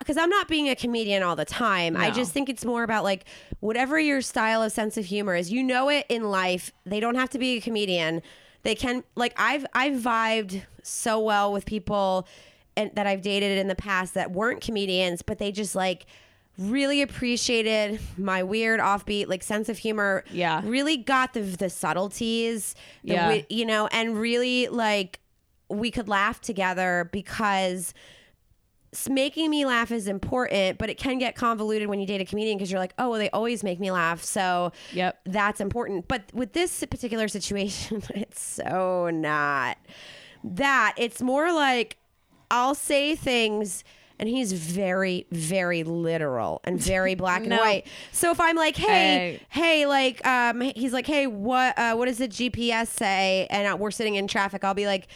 B: because I'm not being a comedian all the time. I
C: No.
B: just think it's more about like whatever your style of sense of humor is. You know it in life. They don't have to be a comedian. They can like I've I've vibed so well with people and that I've dated in the past that weren't comedians, but they just like really appreciated my weird offbeat like sense of humor
C: Yeah.
B: really got the the subtleties the
C: Yeah.
B: wi- you know and really like we could laugh together because s- making me laugh is important, but it can get convoluted when you date a comedian because you're like, oh, well, they always make me laugh. So
C: Yep.
B: that's important. But with this particular situation, it's so not that. It's more like I'll say things. And he's very, very literal and very black and
C: No.
B: white. So if I'm like, hey, hey, like, um, he's like, hey, what, uh, what does the GPS say? And uh, we're sitting in traffic. I'll be like,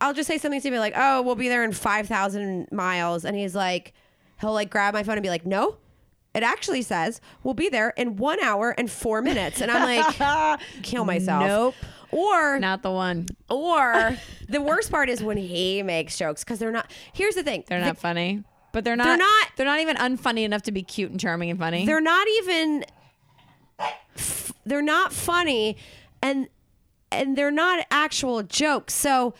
B: I'll just say something to be like, oh, we'll be there in 5,000 miles. And he's like, he'll like grab my phone and be like, no, it actually says we'll be there in one hour and four minutes. And I'm like, kill myself.
C: Nope.
B: Or
C: Not the one.
B: or the worst part is when he makes jokes because they're not. Here's the thing.
C: They're not funny. But they're not.
B: They're not-
C: They're not even unfunny enough to be cute and charming and funny.
B: They're not even. f- They're not funny, and and they're not actual jokes. So.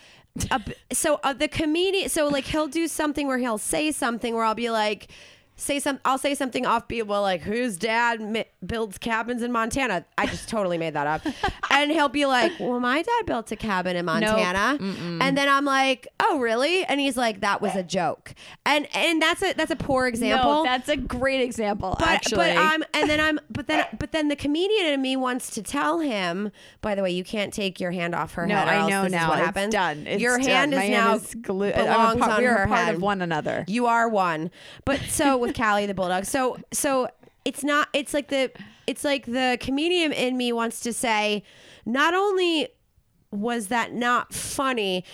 B: Uh, so uh, the comedian, so like he'll do something where he'll say something where I'll be like, say some, I'll say something offbeat, well, like whose dad mi- builds cabins in Montana? I just totally made that up, and he'll be like, well, my dad built a cabin in Montana, and then I'm like, oh really? And he's like, that was a joke, and and that's a that's a poor example
C: no, that's a great example.
B: but,
C: actually,
B: But I'm and then I'm but then but then the comedian in me wants to tell him. By the way, you can't take your hand off her
C: no,
B: head. or
C: I
B: else
C: know
B: this is
C: now.
B: what
C: it's
B: happens.
C: done. It's
B: your
C: done.
B: hand is
C: My
B: now
C: is glued. I'm a
B: belongs
C: part-
B: on
C: we are
B: her
C: a part
B: head.
C: of one another.
B: You are one. But so with Callie the bulldog. So so it's not. It's like the it's like the comedian in me wants to say, not only was that not funny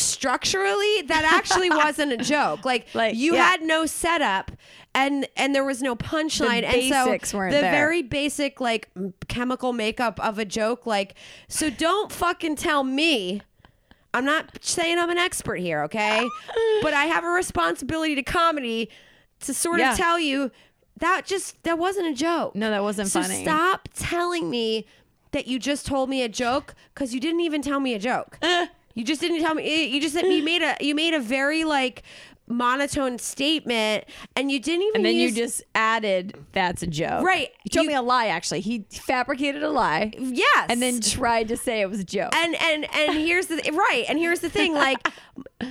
B: structurally that actually wasn't a joke like,
C: Like,
B: you
C: yeah.
B: had no setup and and there was no punchline and so
C: basics weren't
B: the
C: there.
B: very basic like m- chemical makeup of a joke like so don't fucking tell me I'm not saying I'm an expert here, okay? but I have a responsibility to comedy to sort
C: Yeah.
B: of tell you that just that wasn't a joke.
C: No, that wasn't
B: so
C: funny.
B: Stop telling me that you just told me a joke because you didn't even tell me a joke.
C: Uh.
B: you just didn't tell me. eh, You just said you made a you made a very like monotone statement, and you didn't even.
C: and then you
B: use,
C: just added that's a joke.
B: Right.
C: He told
B: You-
C: me a lie actually. He fabricated a lie
B: yes,
C: and then tried to say it was a joke.
B: and and and here's the right and here's the thing like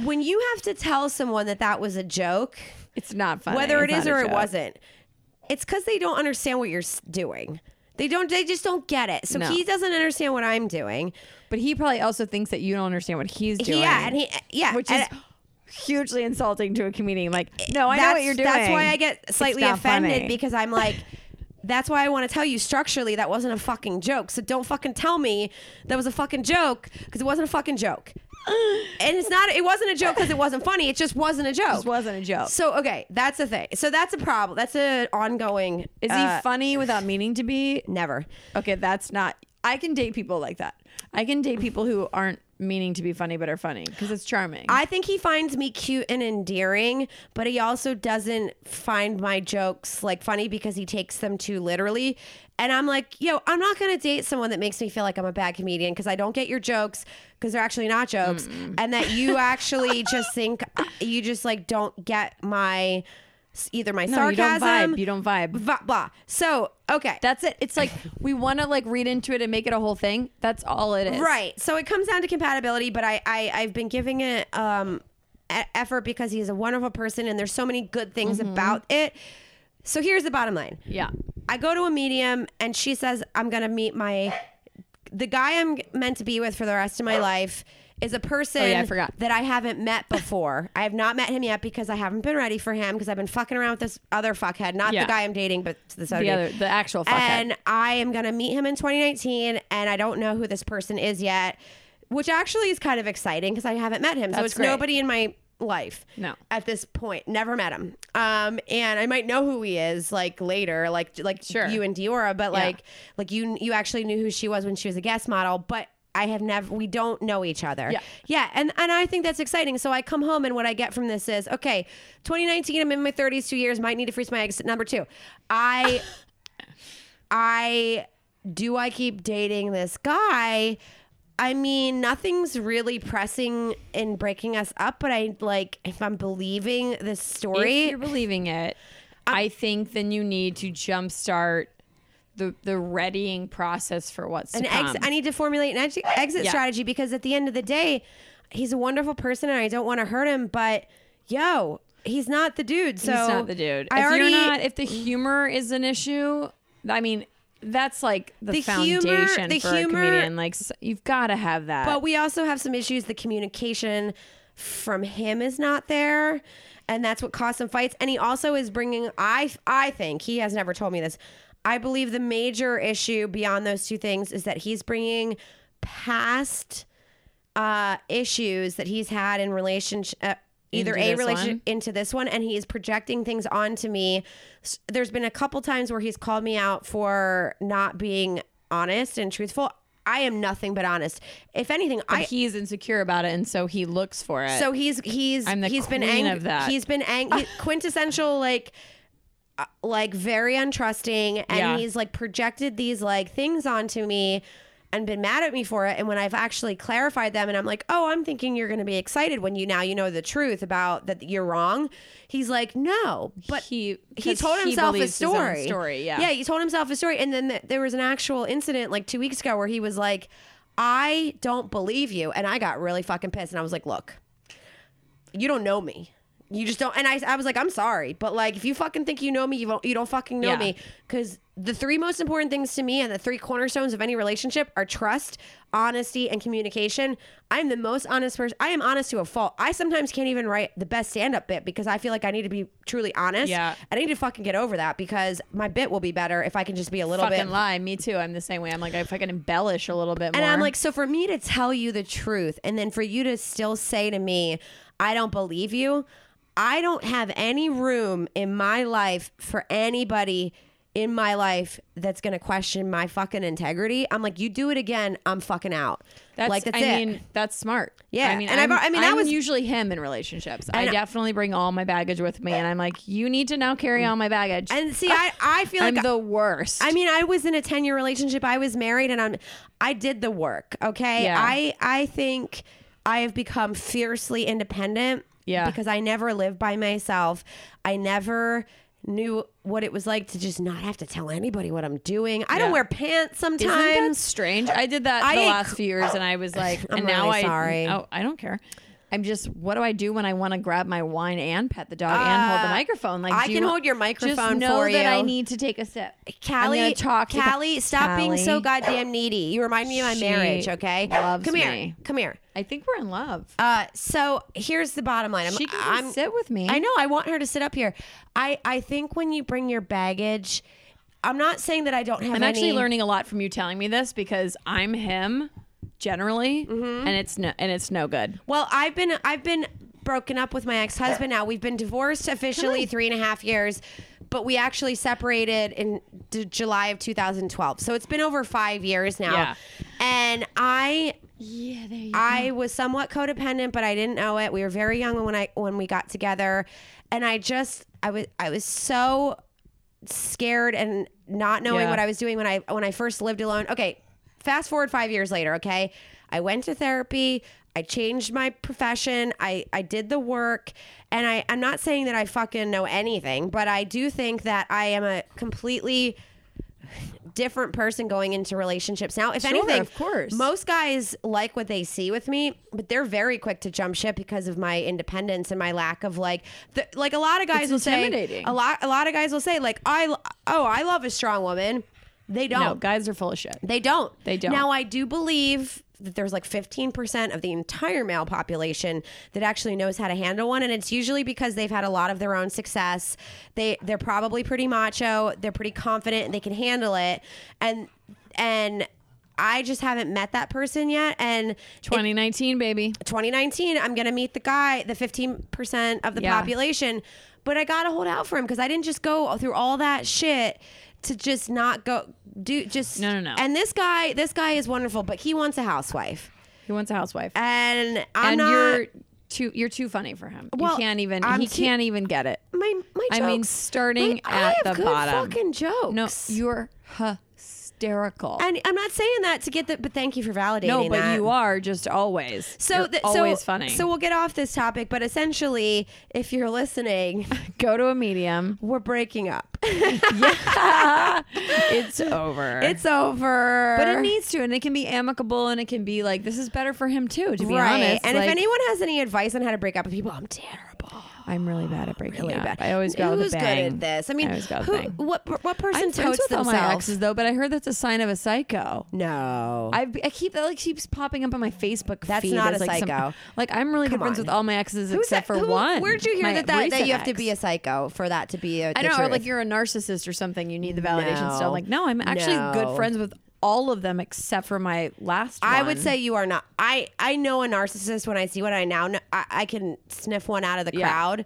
B: when you have to tell someone that that was a joke
C: it's not funny.
B: whether it
C: Uh,
B: is
C: It's not a
B: or it
C: joke.
B: wasn't. It's because they don't understand what you're s- doing. They don't. They just don't get it. So
C: No.
B: he doesn't understand what I'm doing.
C: But he probably also thinks that you don't understand what he's doing.
B: Yeah, and he yeah,
C: which
B: and
C: is hugely insulting to a comedian. Like, no, I know
B: that's-
C: what you're doing.
B: That's why I get slightly
C: not
B: offended
C: funny.
B: because I'm like. That's why I want to tell you structurally that wasn't a fucking joke. So don't fucking tell me that was a fucking joke because it wasn't a fucking joke. And it's not. It wasn't a joke because it wasn't funny. It just wasn't a joke.
C: This wasn't a joke.
B: So okay, that's the thing. So that's a problem. That's an ongoing.
C: Is
B: uh,
C: he funny without meaning to be?
B: never?
C: Okay, that's not. I can date people like that. I can date people who aren't meaning to be funny but are funny because it's charming.
B: I think he finds me cute and endearing, but he also doesn't find my jokes like funny because he takes them too literally. And I'm like, yo, I'm not gonna date someone that makes me feel like I'm a bad comedian because I don't get your jokes because they're actually not jokes, and that you actually just think uh, you just like don't get my either my
C: no, you don't
B: sarcasm,
C: vibe. You don't vibe.
B: blah blah. So okay,
C: That's it. It's like we want to like read into it and make it a whole thing. That's all it is.
B: Right. So it comes down to compatibility, but I, I I've been giving it um e- effort because he's a wonderful person and there's so many good things
C: Mm-hmm.
B: about it. So here's the bottom line.
C: Yeah.
B: I go to a medium and she says I'm going to meet my the guy I'm meant to be with for the rest of my life is a person
C: Oh, yeah, I forgot.
B: that I haven't met before. I have not met him yet because I haven't been ready for him because I've been fucking around with this other fuckhead, not
C: Yeah.
B: the guy I'm dating, but this other
C: The
B: dude
C: other, the actual fuckhead.
B: and I am going to meet him in 2019, and I don't know who this person is yet, which actually is kind of exciting because I haven't met him. so
C: That's
B: it's
C: great.
B: nobody in my life.
C: No.
B: At this point, never met him. Um, and I might know who he is like later, like like
C: Sure.
B: you and Diora, but like like you you actually knew who she was when she was a guest model, but I have never we don't know each other.
C: Yeah.
B: Yeah, and and I think that's exciting. So I come home and what I get from this is, okay, 2019 I'm in my 30s, 2 years, might need to freeze my eggs. Number 2. I I do I keep dating this guy? I mean, nothing's really pressing in breaking us up, but I like if I'm believing this
C: If
B: story,
C: you're believing it, I think then you need to jumpstart the the readying process for what's
B: an
C: to come.
B: exit. I need to formulate an ex- exit
C: Yeah.
B: strategy because at the end of the day, he's a wonderful person and I don't want to hurt him. But yo, he's not the dude. So
C: He's not the dude.
B: I
C: if
B: already
C: you're not, if the humor is an issue, I mean, that's like the,
B: The humor-
C: foundation
B: the
C: for
B: humor-
C: a comedian. Like s- you've got to have that.
B: But we also have some issues. The communication from him is not there, and that's what caused some fights. And he also is bringing. I I think he has never told me this. I believe the major issue beyond those two things is that he's bringing past uh, issues that he's had in relationship. Uh, Either
C: Into
B: a
C: this
B: relationship
C: one?
B: into this one, and he is projecting things onto me. S- There's been a couple times where he's called me out for not being honest and truthful. I am nothing but honest. If anything,
C: But
B: I
C: he's insecure about it, and so he looks for it.
B: so he's he's
C: I'm the
B: he's been
C: queen
B: angry.
C: of that.
B: He's been angry. quintessential like uh, like very untrusting, and
C: Yeah.
B: he's like projected these like things onto me. And been mad at me for it, and when I've actually clarified them, and I'm like, "Oh, I'm thinking you're going to be excited when you now you know the truth about that you're wrong." He's like, "No, but
C: he
B: he
C: 'cause
B: told
C: he
B: himself a
C: believes his own
B: story.
C: story, yeah.
B: yeah. He told himself a story, and then th- there was an actual incident like two weeks ago where he was like, "I don't believe you," and I got really fucking pissed, and I was like, "Look, you don't know me." You just don't, and I, I was like, I'm sorry, but like, if you fucking think you know me, you don't, you don't fucking know
C: Yeah.
B: me, because the three most important things to me and the three cornerstones of any relationship are trust, honesty, and communication. I'm the most honest person. I am honest to a fault. I sometimes can't even write the best stand up bit because I feel like I need to be truly honest.
C: Yeah.
B: I need to fucking get over that because my bit will be better if I can just be a little
C: fucking
B: bit.
C: lie. Me too. I'm the same way. I'm like if I can embellish a little bit more.
B: And I'm like, so for me to tell you the truth and then for you to still say to me, I don't believe you, I don't have any room in my life for anybody in my life that's going to question my fucking integrity. I'm like, you do it again, I'm fucking out.
C: That's,
B: like, that's
C: I
B: it.
C: mean, that's smart.
B: Yeah,
C: I mean,
B: and
C: I'm,
B: I've-
C: i
B: I mean,
C: mean,
B: I
C: I'm
B: was-
C: usually him in relationships. I
B: And-
C: definitely bring all my baggage with me, and I'm like, you need to now carry all my baggage.
B: Mm. and see, I, I feel
C: I'm
B: like
C: the worst.
B: I mean, I was in a 10 year relationship. I was married and I'm I did the work, okay?
C: Yeah.
B: I I think I have become fiercely independent
C: Yeah.
B: because I never lived by myself. I never knew what it was like to just not have to tell anybody what I'm doing. I don't
C: Yeah.
B: wear pants
C: Isn't that
B: sometimes.
C: strange? I did that
B: I
C: the
B: ate
C: last
B: cr-
C: few years, and I was like,
B: I'm
C: and now
B: really
C: I,
B: sorry.
C: Oh, I don't care. I'm just, what do I do when I want to grab my wine and pet the dog and hold the microphone? Like,
B: I
C: do
B: can
C: you-
B: hold your microphone
C: Just know
B: for
C: that I
B: you.
C: need to take a sip.
B: Callie,
C: I'm gonna talk to-
B: Callie, stop being so
C: Callie.
B: goddamn needy. You remind me of my
C: She
B: marriage, okay?
C: loves
B: Come here.
C: me.
B: Come here.
C: I think we're in love.
B: Uh, so here's the bottom line. I'm,
C: she can
B: I'm,
C: sit with me.
B: I know. I want her to sit up here. I I think when you bring your baggage, I'm not saying that I don't have.
C: I'm actually
B: any-
C: learning a lot from you telling me this because I'm him generally, and it's no, and it's no good.
B: Well, I've been I've been broken up with my ex husband now. We've been divorced officially three and a half years, but we actually separated in d- July of 2012. So it's been over five years now.
C: Yeah.
B: And I
C: Yeah, there you
B: I was somewhat codependent, but I didn't know it. We were very young when I when we got together, and I just I was I was so scared and not knowing
C: Yeah.
B: what I was doing when I when I first lived alone. Okay, fast forward 5 years later, okay? I went to therapy. I changed my profession. I I did the work, and I I'm not saying that I fucking know anything, but I do think that I am a completely different person going into relationships now. If
C: Sure,
B: anything,
C: of course.
B: most guys like what they see with me, but they're very quick to jump ship because of my independence and my lack of like, the, like a lot of guys
C: It's
B: will say,
C: intimidating.
B: a lot, a lot of guys will say like, I, lo- oh, I love a strong woman. They don't.
C: No, guys are full of shit.
B: They don't.
C: They don't.
B: Now, I do believe that there's like 15% of the entire male population that actually knows how to handle one and it's usually because they've had a lot of their own success. They they're probably pretty macho, they're pretty confident, and they can handle it. And and I just haven't met that person yet and
C: 2019, baby.
B: 2019 i'm gonna meet the guy the 15% of the
C: Yeah.
B: population but i gotta hold out for him because i didn't just go through all that shit to just not go do just
C: No, no, no.
B: And this guy, this guy is wonderful, but he wants a housewife,
C: He wants a housewife,
B: and I'm
C: and
B: not.
C: you're too you're too funny for him.
B: Well,
C: you can't even
B: I'm
C: he
B: too-
C: can't even get it.
B: my my
C: I mean,
B: jokes.
C: starting
B: My- I
C: at
B: have
C: the
B: good
C: bottom.
B: Fucking jokes.
C: No, you're hysterical.
B: And I'm not saying that to get the, but thank you for validating.
C: no, but
B: that.
C: you are just always.
B: So
C: You're
B: th- so-
C: always funny.
B: So we'll get off this topic, but essentially, if you're listening,
C: go to a medium.
B: we're breaking up.
C: It's over.
B: it's over.
C: but it needs to, and it can be amicable, and it can be like this is better for him too. To be
B: right.
C: honest,
B: And
C: Like,
B: if anyone has any advice on how to break up with people, I'm terrible.
C: I'm really bad at breaking
B: Really
C: up.
B: bad.
C: I always go
B: Who's
C: with a bang.
B: good at this? I mean,
C: I always go with a
B: who,
C: bang.
B: what per- what person
C: I'm friends
B: totes
C: with all
B: themselves?
C: my exes though, but I heard that's a sign of a psycho.
B: No.
C: I, I keep that like keeps popping up on my Facebook
B: That's
C: feed.
B: not
C: as,
B: a
C: like, some-
B: psycho.
C: like I'm really
B: Come
C: good friends
B: on.
C: with all my exes
B: Who's
C: except
B: that-
C: for
B: who-
C: one.
B: Where'd you hear
C: my
B: that, that that
C: recent
B: you have to
C: ex.
B: be a psycho for that to be? I
C: I don't know, or like you're a narcissist or something. You need the validation
B: No.
C: still. Like, no, I'm actually
B: No.
C: good friends with all of them except for my last.
B: I
C: one.
B: would say you are not. I I know a narcissist when I see one. I now know, I, I can sniff one out of the
C: Yeah.
B: crowd,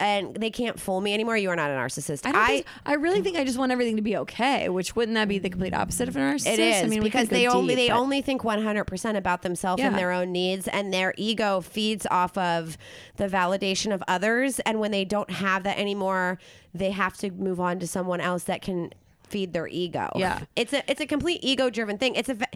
B: and they can't fool me anymore. You are not a narcissist.
C: I, don't think- I really think I just want everything to be okay. Which wouldn't that be the complete opposite of a narcissist?
B: It is
C: I mean, we
B: because
C: could go
B: they only
C: deep,
B: they
C: but-
B: only think 100% about themselves and
C: Yeah.
B: their own needs and their ego feeds off of the validation of others and when they don't have that anymore they have to move on to someone else that can feed their ego.
C: Yeah.
B: It's a it's a complete ego driven thing. It's a ve-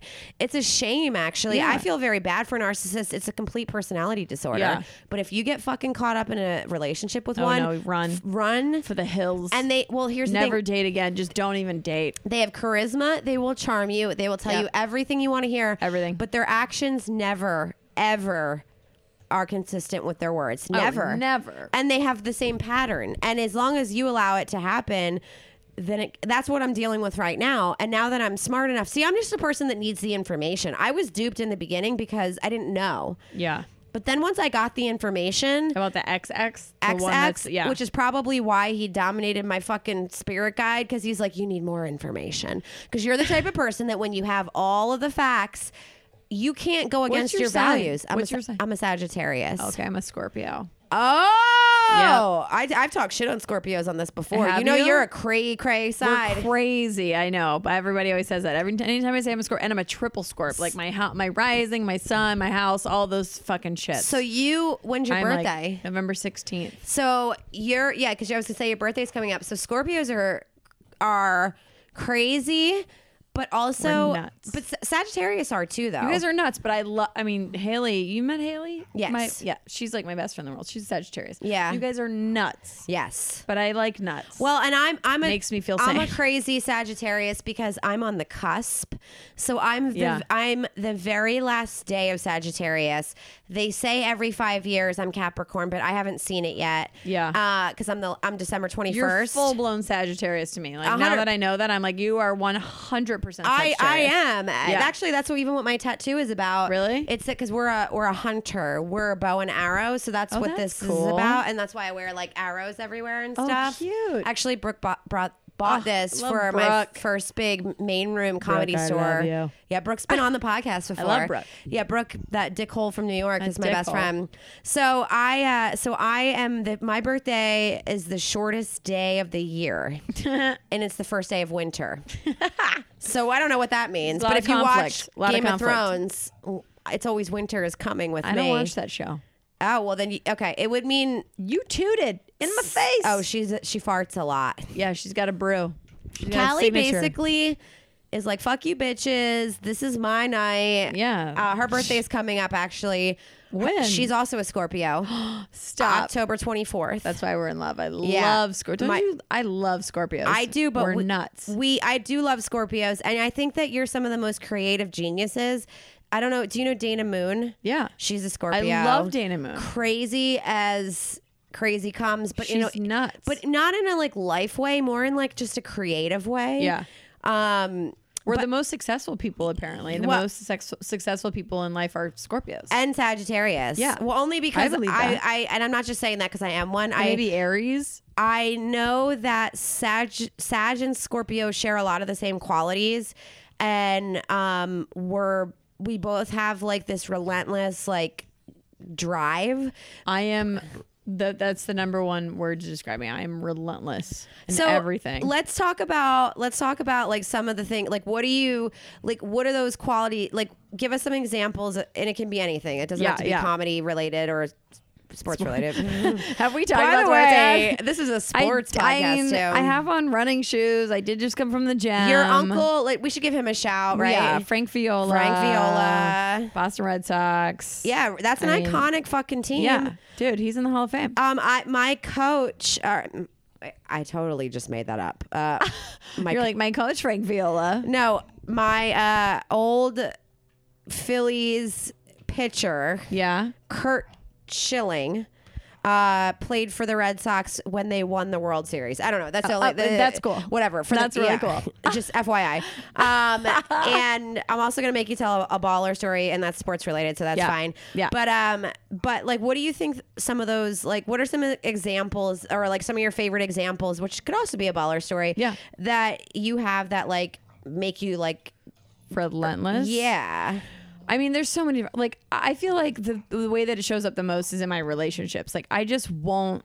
B: it's a shame actually.
C: Yeah.
B: I feel very bad for narcissists. It's a complete personality disorder.
C: Yeah.
B: But if you get fucking caught up in a relationship with
C: Oh,
B: one,
C: no, run.
B: f- run
C: for the hills
B: and they well here's the thing.
C: never date again. Just don't even date.
B: They have charisma. They will charm you. They will tell
C: Yep.
B: you everything you want to hear.
C: Everything.
B: But their actions never, ever are consistent with their words. Never.
C: Oh, never.
B: And they have the same pattern. And as long as you allow it to happen, then it, that's what I'm dealing with right now. And now that I'm smart enough, see, I'm just a person that needs the information. I was duped in the beginning because I didn't know.
C: Yeah.
B: But then once I got the information,
C: About the XX, the one that's
B: XX,
C: yeah,
B: which is probably why he dominated my fucking spirit guide because he's like, you need more information because you're the type of person that when you have all of the facts, you can't go against
C: your
B: your,
C: sign?
B: values. I'm
C: What's
B: a,
C: your sign?
B: am a Sagittarius.
C: okay. I'm a Scorpio.
B: Oh, I, I've talked shit on Scorpios on this before.
C: Have
B: you know,
C: you?
B: you? are a cray cray
C: We're
B: side.
C: crazy, I know, but everybody always says that. Every anytime I say I'm a Scorp, and I'm a triple Scorp, like my ho- my rising, my sun, my house, all those fucking shit.
B: so you, when's your
C: I'm like
B: birthday?
C: November sixteenth.
B: So you're yeah, because I was gonna say your birthday's coming up. So Scorpios are are crazy, but also
C: We're nuts.
B: but Sa- Sagittarius are too though.
C: You guys are nuts, but I love. I mean, Haley, you met Haley?
B: Yes.
C: My, yeah, she's like my best friend in the world. She's Sagittarius.
B: Yeah.
C: You guys are nuts,
B: yes.
C: but I like nuts.
B: Well, and I'm I'm a
C: Makes me feel
B: I'm a
C: safe.
B: crazy Sagittarius because I'm on the cusp. So I'm the
C: Yeah.
B: I'm the very last day of Sagittarius. They say every five years I'm Capricorn, but I haven't seen it yet.
C: Yeah.
B: because I'm the I'm December twenty
C: you're
B: first.
C: full blown Sagittarius to me. Like
B: A
C: now
B: hundred-
C: that I know that, I'm like, you are one hundred percent.
B: I, I am actually that's what even what my tattoo is about.
C: Really?
B: It's because we're a we're a hunter. We're a bow and arrow, so that's what
C: Oh, that's
B: this is
C: cool. Oh,
B: about, and that's why I wear like arrows everywhere and stuff.
C: cute.
B: Actually, Brooke bought brought. Bought
C: Oh,
B: this
C: love
B: for my f-
C: Brooke.
B: first big main room comedy
C: I love
B: store.
C: you.
B: Yeah, Brooke's been on the podcast before.
C: love Brooke.
B: Yeah, Brooke, that dick hole from New York is my best
C: dickhole.
B: friend. So I, uh, so I am the my birthday is the shortest day of the year, and it's the first day of winter. So I don't know what that means.
C: It's a lot
B: But
C: of
B: if you watch
C: conflict. A lot of
B: Game of,
C: conflict.
B: Thrones, it's always winter is coming with
C: I
B: me.
C: don't watch that show.
B: Oh well, then you, okay. It would mean
C: You tooted in my face.
B: oh she's she farts a lot.
C: yeah, she's got a brew. She's got a
B: Callie
C: signature.
B: basically is like fuck you bitches. This is my night.
C: Yeah.
B: Uh, her birthday is coming up actually.
C: When?
B: she's also a Scorpio.
C: Stop.
B: October twenty fourth.
C: That's why we're in love. I
B: Yeah.
C: love Scorpio.
B: My-
C: I love Scorpios.
B: I do, but
C: we're
B: we,
C: nuts.
B: We I do love Scorpios, and I think that you're some of the most creative geniuses. I don't know. Do you know Dana Moon?
C: Yeah.
B: She's a
C: I
B: Scorpio.
C: love Dana Moon.
B: crazy as crazy comes, but
C: She's
B: you know,
C: nuts.
B: but not in a like life way, more in like just a creative way.
C: Yeah.
B: Um,
C: we're the most successful people apparently, and the
B: Well-
C: most sex- successful people in life are Scorpios.
B: and Sagittarius.
C: Yeah.
B: Well, only because I,
C: believe
B: I,
C: that.
B: and I'm not just saying that because I am one. I
C: Maybe Aries.
B: I know that Sag, Sag and Scorpio share a lot of the same qualities, and um, we're we both have like this relentless like drive.
C: I am the, that's the number one word to describe me. I am relentless in
B: so
C: everything.
B: Let's talk about let's talk about like some of the thing like what do you like what are those quality like give us some examples and it can be anything. It doesn't
C: Yeah,
B: have to be
C: yeah.
B: comedy related or sports related.
C: Have we talked
B: By
C: about
B: the
C: sports
B: way,
C: yet?
B: this is a sports
C: I,
B: podcast
C: I, mean,
B: too.
C: I have on running shoes. I did just come from the gym.
B: your uncle like we should give him a shout, right?
C: Yeah, Frank Viola.
B: Frank Viola.
C: Boston Red Sox.
B: Yeah, that's an
C: I mean,
B: iconic fucking team.
C: Yeah. Dude, he's in the Hall of Fame.
B: Um, I my coach. Or, I totally just made that up. Uh, my
C: You're like my coach, Frank Viola.
B: no, my uh, old Phillies pitcher
C: Yeah.
B: Kurt Schilling uh, played for the Red Sox when they won the World Series. I don't know. That's the only,
C: uh, that's cool.
B: Whatever. For
C: That's really cool.
B: Just FYI. Um, and I'm also gonna make you tell a, a baller story, and that's sports related, so that's
C: Yeah.
B: fine.
C: Yeah.
B: But um, but like, what do you think? Some of those, like, what are some examples, or like some of your favorite examples, which could also be a baller story?
C: Yeah.
B: That you have that like make you like
C: Relentless.
B: yeah.
C: I mean, there's so many. Like, I feel like the, the way that it shows up the most is in my relationships. Like, I just won't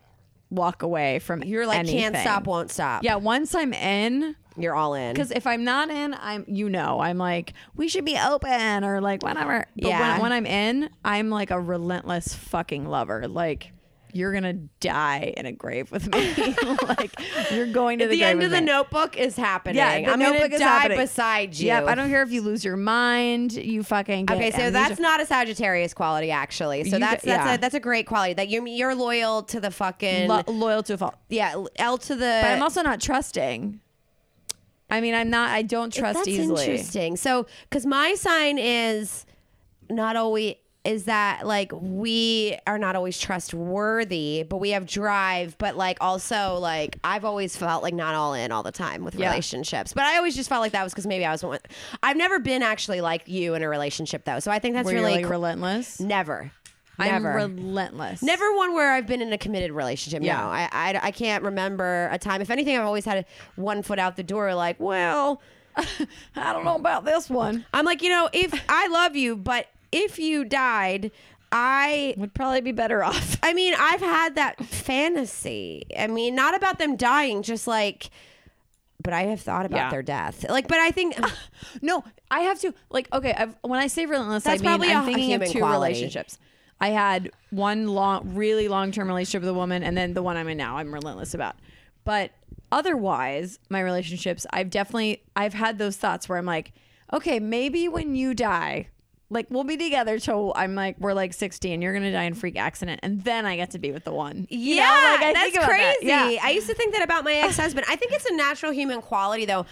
C: walk away from
B: You're like can't
C: anything.
B: stop, won't stop.
C: Yeah, once I'm in,
B: You're all in.
C: because if I'm not in, I'm you know I'm like we should be open or like whatever. But
B: Yeah.
C: when, when I'm in, I'm like a relentless fucking lover. Like you're gonna die in a grave with me. like you're going to the,
B: the
C: grave
B: end
C: with
B: of the
C: me.
B: notebook is happening.
C: Yeah, the
B: I'm gonna
C: notebook is
B: die
C: happening.
B: beside you.
C: Yep, I don't care if you lose your mind. You fucking get
B: Okay, so
C: amnesia.
B: that's not a Sagittarius quality, actually. So
C: You
B: that's that's
C: d- yeah.
B: a that's a great quality that you you're loyal to the fucking
C: Lo- loyal to a fault.
B: yeah L to the.
C: But I'm also not trusting. I mean, I'm not. I don't trust
B: that's
C: easily.
B: interesting. So because my sign is not always is that like we are not always trustworthy, but we have drive. But like also like I've always felt like not all in all the time with
C: Yeah.
B: relationships. But I always just felt like that was because maybe I was one. I've never been actually like you in a relationship though, so I think that's
C: Where you're,
B: really
C: like,
B: cool.
C: relentless.
B: never.
C: I'm
B: Never.
C: relentless.
B: Never one where I've been in a committed relationship.
C: Yeah.
B: No, I, I, I can't remember a time. If anything, I've always had one foot out the door. Like, well,
C: I don't know about this one.
B: I'm like, you know, if I love you, but if you died, I.
C: Would probably be better off.
B: I mean, I've had that fantasy. I mean, not about them dying, just like, but I have thought about
C: Yeah.
B: their death. Like, but I think
C: No, I have to like okay. I've, when I say relentless,
B: That's
C: I mean
B: probably a-
C: I'm
B: a
C: thinking of
B: human
C: two
B: quality.
C: relationships. I had one long, really long term relationship with a woman, and then the one I'm in now, I'm relentless about. But otherwise, my relationships, I've definitely I've had those thoughts where I'm like, okay, maybe when you die, like we'll be together till I'm like we're like 60, and you're gonna die in a freak accident, and then I get to be with the one. You know,
B: Yeah,
C: like, I
B: that's
C: think about that.
B: crazy.
C: Yeah.
B: I used to think that about my ex-husband. I think it's a natural human quality, though.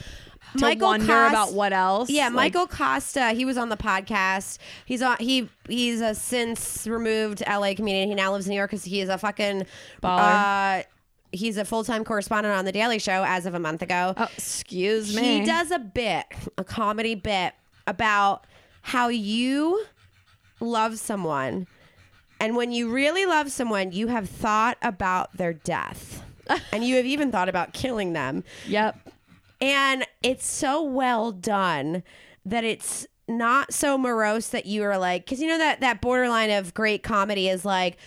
C: To wonder about what else,
B: Yeah,
C: like-
B: Michael Costa. He was on the podcast. He's on. He he's a since removed LA comedian. He now lives in New York because he is a fucking
C: Baller.
B: Uh, he's a full time correspondent on the Daily Show as of a month ago.
C: Oh, excuse me.
B: He does a bit, a comedy bit about how you love someone. And when you really love someone, you have thought about their death. and you have even thought about killing them.
C: Yep.
B: And it's so well done that it's not so morose that you are like, because you know that that borderline of great comedy is like,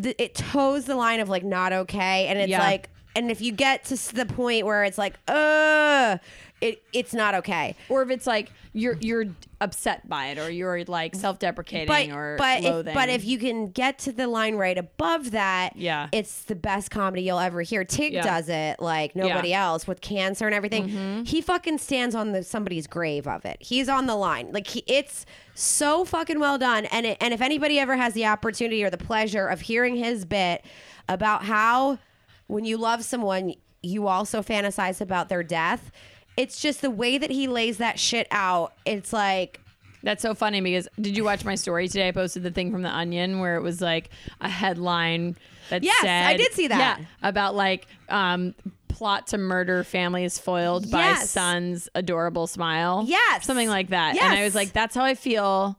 B: th- it toes the line of like not okay, and it's
C: Yeah.
B: like, and if you get to s- the point where it's like, uh, it it's not okay.
C: or if it's like you're you're upset by it or you're like self-deprecating
B: But
C: or
B: but if,
C: loathing.
B: but if you can get to the line right above that,
C: Yeah.
B: it's the best comedy you'll ever hear. Tig
C: Yeah. Mm-hmm.
B: does it like nobody else with cancer and everything. He fucking stands on the, somebody's grave of it. He's on the line. Like he, it's so fucking well done. And it, and if anybody ever has the opportunity or the pleasure of hearing his bit about how when you love someone you also fantasize about their death, it's just the way that he lays that shit out. It's like
C: that's so funny because did you watch my story today? I posted the thing from the Onion where it was like a headline that
B: Yes,
C: said,
B: I did see that.
C: Yeah, about like um, plot to murder family is foiled by
B: Yes.
C: son's adorable smile.
B: Yes.
C: something like that. And I
B: Yes.
C: was like, that's how I feel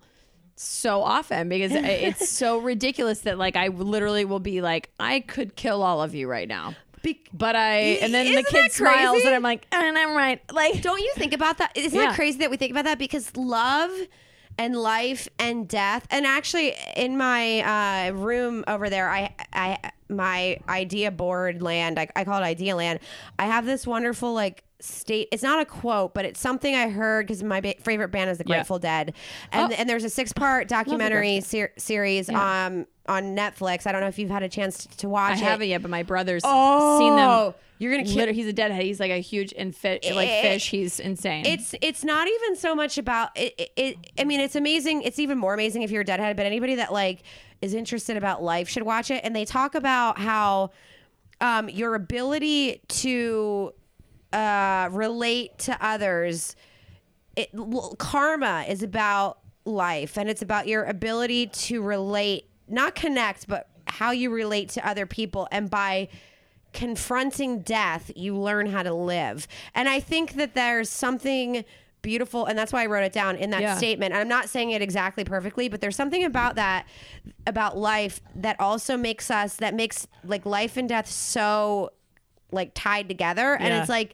C: so often because i- it's so ridiculous that like I literally will be like, I could kill all of you right now.
B: Be-
C: But I and then
B: Isn't
C: the kid
B: that
C: smiles
B: crazy?
C: and I'm like, and I'm right. Like
B: Don't you think about that? Isn't
C: Yeah.
B: that crazy that we think about that? Because love and life and death. And actually, in my uh, room over there, I, I, my idea board land, I, I call it idea land. I have this wonderful like state. It's not a quote, but it's something I heard because my ba- favorite band is the
C: Yeah. Oh.
B: Grateful Dead, and and there's a six part documentary ser- series um on Netflix. I don't know if you've had a chance to watch
C: I
B: it.
C: haven't yet, but my brother's
B: Oh,
C: seen them.
B: You're gonna kill.
C: Literally, he's a deadhead. He's like a huge in fish, like
B: It-
C: fish. He's insane.
B: It's it's not even so much about it, it, it. I mean, it's amazing. It's even more amazing if you're a deadhead. But anybody that like is interested about life should watch it. And they talk about how um, your ability to uh, relate to others it, l- karma is about life and it's about your ability to relate not connect but how you relate to other people and by confronting death you learn how to live and i think that there's something beautiful and that's why i wrote it down in that
C: Yeah.
B: statement and i'm not saying it exactly perfectly but there's something about that about life that also makes us that makes like life and death so like tied together and
C: Yeah.
B: it's like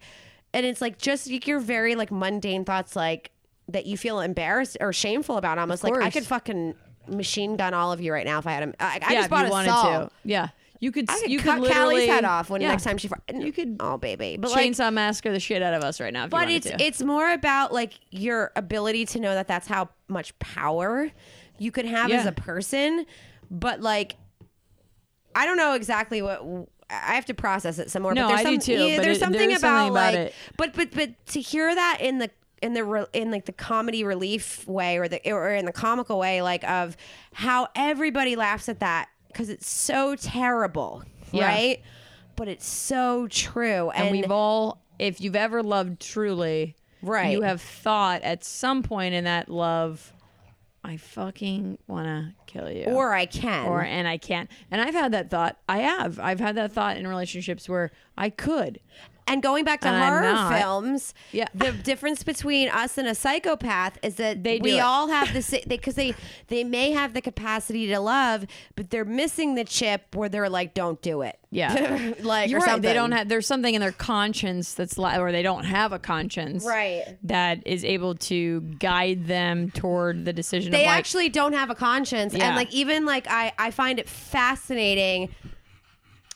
B: and it's like just like your very like mundane thoughts like that you feel embarrassed or shameful about almost like i
C: course.
B: could fucking machine gun all of you right now if i had a i, I
C: yeah,
B: just
C: if
B: bought
C: you
B: a
C: wanted
B: saw
C: to. Yeah, you could.
B: i could
C: you
B: cut callie's
C: could literally-
B: head off when
C: yeah.
B: next time she fart.
C: You could
B: oh baby but like
C: chainsaw massacre the shit out of us right now. If
B: but
C: you
B: it's
C: wanted to.
B: it's more about like your ability to know that that's how much power you could have as
C: Yeah.
B: a person but like i don't know exactly what i have to process it some more
C: No,
B: but there's
C: I do
B: some,
C: too,
B: yeah,
C: but
B: there's
C: it-
B: something
C: there is
B: about,
C: something
B: like
C: about it.
B: but but but to hear that in the in the re- in like the comedy relief way or the or in the comical way like of how everybody laughs at that because it's so terrible
C: Yeah.
B: right but it's so true and,
C: and, we've all, if you've ever loved truly,
B: Right.
C: you have thought at some point in that love, I fucking wanna kill you,
B: or i can
C: or and I can't. And I've had that thought. I have. I've had that thought in relationships where I could.
B: And going back to
C: And I'm
B: horror
C: not.
B: films,
C: Yeah.
B: the difference between us and a psychopath is that
C: They do
B: we
C: it.
B: all have the same because they they may have the capacity to love, but they're missing the chip where they're like, don't do it.
C: Yeah.
B: like
C: You're
B: or
C: right.
B: something.
C: They don't have. There's something in their conscience that's, li- or they don't have a conscience,
B: Right.
C: That is able to guide them toward the decision.
B: They
C: of like,
B: actually don't have a conscience, and
C: Yeah.
B: like even like I I find it fascinating.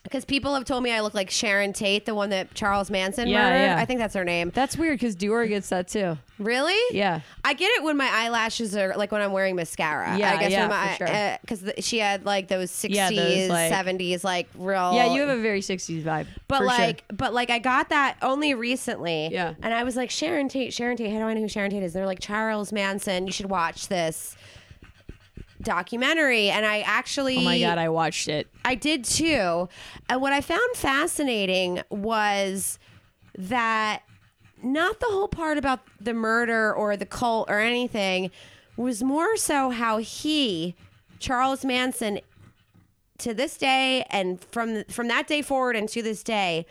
B: Because people have told me I look like Sharon Tate, the one that Charles Manson
C: Yeah,
B: murdered.
C: yeah.
B: I think that's her name.
C: That's weird because Dior gets that too.
B: Really?
C: Yeah.
B: I get it when my eyelashes are like when I'm wearing mascara.
C: Yeah,
B: I guess
C: yeah,
B: when my,
C: for sure.
B: because the she had like those 60s,
C: Yeah, those, like-
B: 70s, like real.
C: Yeah, you have a very 60s vibe.
B: But
C: for sure.
B: like, but like, I got that only recently.
C: Yeah.
B: And I was like, Sharon Tate, Sharon Tate. How do I know who Sharon Tate is? And they're like, Charles Manson. You should watch this documentary. And I actually,
C: oh my god, I watched it.
B: I did too. And what I found fascinating was that not the whole part about the murder or the cult or anything was more so how he, Charles Manson, to this day and from from that day forward and to this day,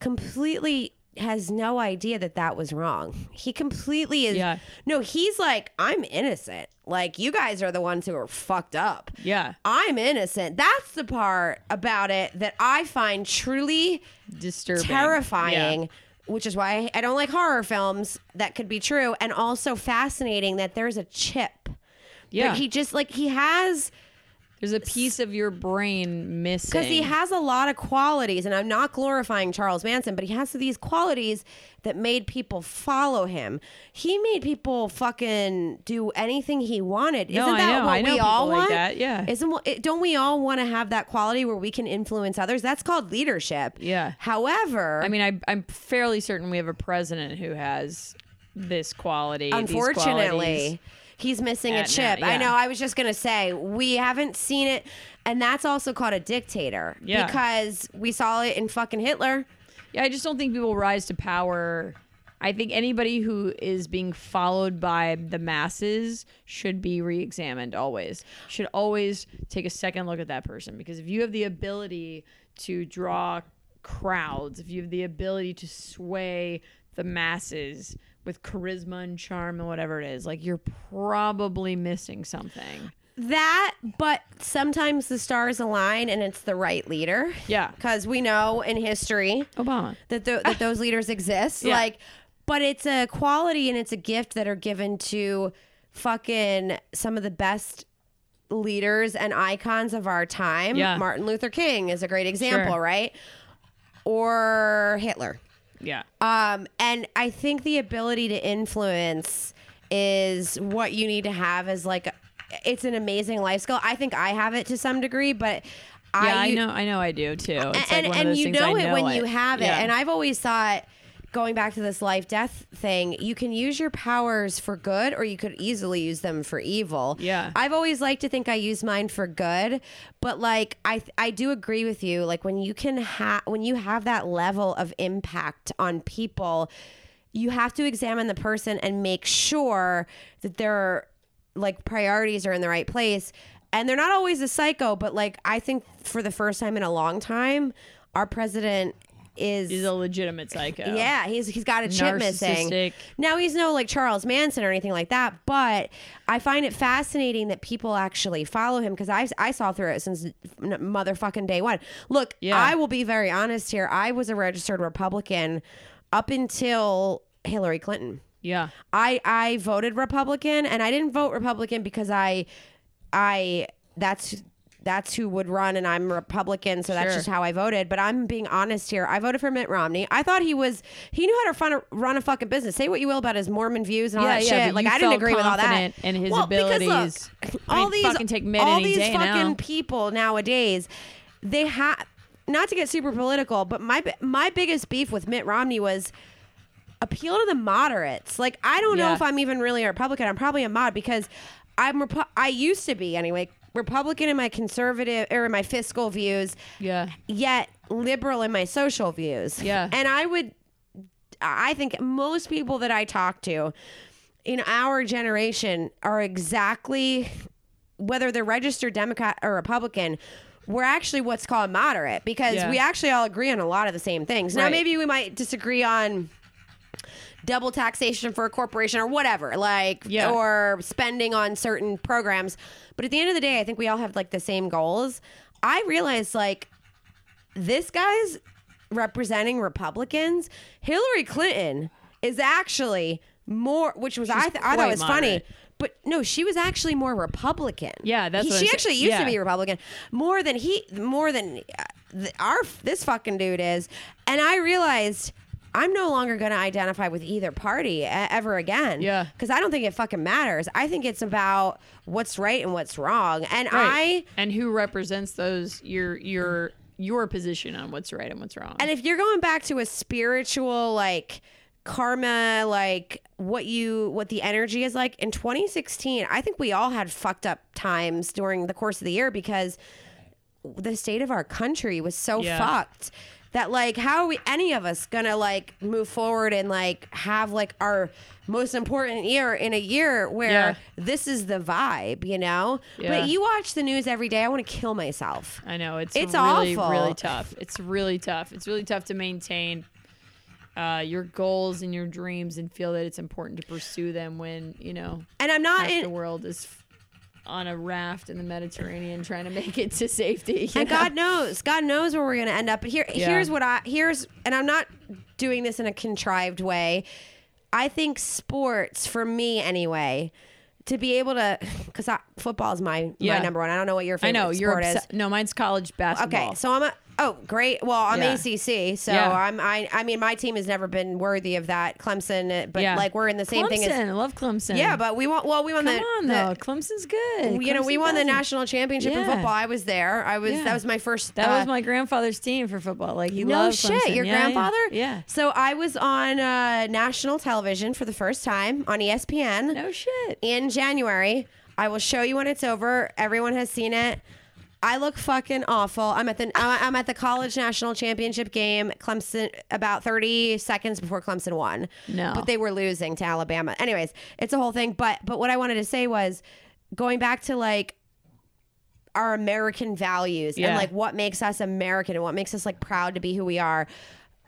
B: completely has no idea that that was wrong. He completely is.
C: Yeah.
B: No, he's like, I'm innocent. Like you guys are the ones who are fucked up.
C: Yeah.
B: I'm innocent. That's the part about it that I find truly
C: Disturbing,
B: terrifying,
C: Yeah.
B: which is why I don't like horror films. That could be true, and also fascinating that there's a chip.
C: Yeah.
B: That he just like he has
C: There's a piece of your brain missing.
B: because he has a lot of qualities, and I'm not glorifying Charles Manson, but he has these qualities that made people follow him. He made people fucking do anything he wanted.
C: No,
B: Isn't
C: I
B: that
C: know.
B: what
C: I know
B: we all
C: people like
B: want?
C: that, yeah.
B: Isn't wha- it- don't we all want to have that quality where we can influence others? That's called leadership.
C: Yeah.
B: However,
C: I mean, I, I'm fairly certain we have a president who has this quality. these qualities.
B: unfortunately he's missing a
C: Yeah, no,
B: chip i
C: yeah.
B: know i was just gonna say we haven't seen it and that's also called a dictator
C: Yeah.
B: because we saw it in fucking hitler
C: Yeah, I just don't think people rise to power. I think anybody who is being followed by the masses should be re examined always. Should always take a second look at that person because if you have the ability to draw crowds, if you have the ability to sway the masses with charisma and charm and whatever it is, like you're probably missing something.
B: that but sometimes the stars align and it's the right leader
C: Yeah.
B: because we know in history
C: Obama.
B: that, tho- that those leaders exist.
C: Yeah.
B: Like, but it's a quality and it's a gift that are given to fucking some of the best leaders and icons of our time.
C: Yeah.
B: Martin Luther King is a great example,
C: Sure.
B: right? Or Hitler.
C: Yeah.
B: Um, and I think the ability to influence is what you need to have as like it's an amazing life skill. I think I have it to some degree, but
C: Yeah, I,
B: I,
C: know. I know. I do too. It's like
B: and
C: one of
B: and
C: those
B: you
C: things I
B: know it when you have it.
C: Yeah.
B: And I've always thought going back to this life death thing, you can use your powers for good or you could easily use them for evil.
C: Yeah.
B: I've always liked to think I use mine for good, but like I th- I do agree with you like when you can have when you have that level of impact on people, you have to examine the person and make sure that their like priorities are in the right place. And they're not always a psycho, but like I think for the first time in a long time, our president is
C: he's a legitimate psycho.
B: yeah, he's he's got a chip missing.
C: Narcissistic.
B: Now he's no like Charles Manson or anything like that, but I find it fascinating that people actually follow him because I I saw through it since n- motherfucking day one. Look,
C: Yeah.
B: I will be very honest here. I was a registered Republican up until Hillary Clinton.
C: Yeah.
B: I I voted Republican and I didn't vote Republican because I I that's that's who would run and I'm Republican so that's
C: Sure.
B: just how I voted but I'm being honest here I voted for Mitt Romney I thought he was he knew how to fun, run a fucking business say what you will about his Mormon views and all
C: Yeah,
B: that
C: yeah,
B: shit
C: but
B: like
C: you
B: I didn't
C: felt
B: agree with all that
C: confident in his
B: well, because, look,
C: abilities. I
B: all
C: mean,
B: these
C: fucking take Mitt
B: all
C: any
B: these
C: day now.
B: fucking people nowadays they have not to get super political but my bi- my biggest beef with Mitt Romney was appeal to the moderates. Like I don't know
C: Yeah.
B: if I'm even really a Republican. I'm probably a mod because I'm Repu- I used to be anyway Republican in my conservative or in my fiscal views,
C: Yeah.
B: yet liberal in my social views.
C: Yeah.
B: and I would I think most people that I talk to in our generation are exactly whether they're registered Democrat or Republican. We're actually what's called moderate because
C: Yeah.
B: we actually all agree on a lot of the same things. Now,
C: Right.
B: maybe we might disagree on double taxation for a corporation or whatever, like
C: Yeah.
B: or spending on certain programs. But at the end of the day, I think we all have like the same goals. I realized like this guy's representing Republicans. Hillary Clinton is actually more, which was I, th- I thought
C: quite
B: was funny.
C: moderate.
B: But no, she was actually more Republican.
C: Yeah, that's
B: He-
C: what
B: she
C: I'm sa-
B: actually used to
C: yeah.
B: be Republican more than he, more than uh, th- our this fucking dude is. And I realized I'm no longer going to identify with either party uh, ever again.
C: Yeah.
B: because I don't think it fucking matters. I think it's about what's right and what's wrong. And I
C: and who represents those your your your position on what's right and what's wrong.
B: And if you're going back to a spiritual like karma, like what you what the energy is like in 2016, I think we all had fucked up times during the course of the year because the state of our country was so
C: Yeah.
B: fucked that like how are we any of us gonna like move forward and like have like our most important year in a year where
C: Yeah.
B: this is the vibe you know
C: Yeah.
B: but you watch the news every day i want to kill myself
C: I know it's
B: It's
C: really
B: awful.
C: really tough. It's really tough. It's really tough to maintain uh, your goals and your dreams and feel that it's important to pursue them when you know
B: and i'm not
C: half
B: in,
C: the world is f- on a raft in the Mediterranean trying to make it to safety. you
B: and
C: know?
B: God knows, God knows where we're gonna end up. But here,
C: Yeah.
B: here's what I here's, and I'm not doing this in a contrived way. I think sports, for me anyway, to be able to, because football is my
C: Yeah.
B: my number one. I don't know what your
C: I
B: favorite
C: know you're
B: sport is.
C: obs- no. Mine's college basketball.
B: Okay, so I'm a oh great. Well, I'm
C: Yeah.
B: ACC, so
C: Yeah.
B: I'm I. I mean, my team has never been worthy of that. Clemson, uh, but
C: Yeah.
B: like we're in the same
C: Clemson.
B: thing as
C: I love Clemson.
B: yeah. But we won. Well, we won
C: come
B: the
C: on
B: the-
C: though, Clemson's good.
B: you know, we
C: Clemson
B: won the
C: does it.
B: national championship in
C: Yeah.
B: football. I was there. I was
C: Yeah.
B: that was my first.
C: That
B: uh,
C: was my grandfather's team for football. Like he
B: No
C: loved
B: shit,
C: Clemson.
B: your
C: Yeah, yeah,
B: grandfather?
C: Yeah.
B: So I was on uh, national television for the first time on E ESPN
C: No shit.
B: in January. I will show you when it's over. Everyone has seen it. I look fucking awful. I'm at the uh, I'm I'm at the college national championship game. Clemson about 30 seconds before Clemson won.
C: No.
B: but they were losing to Alabama. Anyways, it's a whole thing. But but what I wanted to say was going back to like our American values and
C: Yeah.
B: like what makes us American and what makes us like proud to be who we are.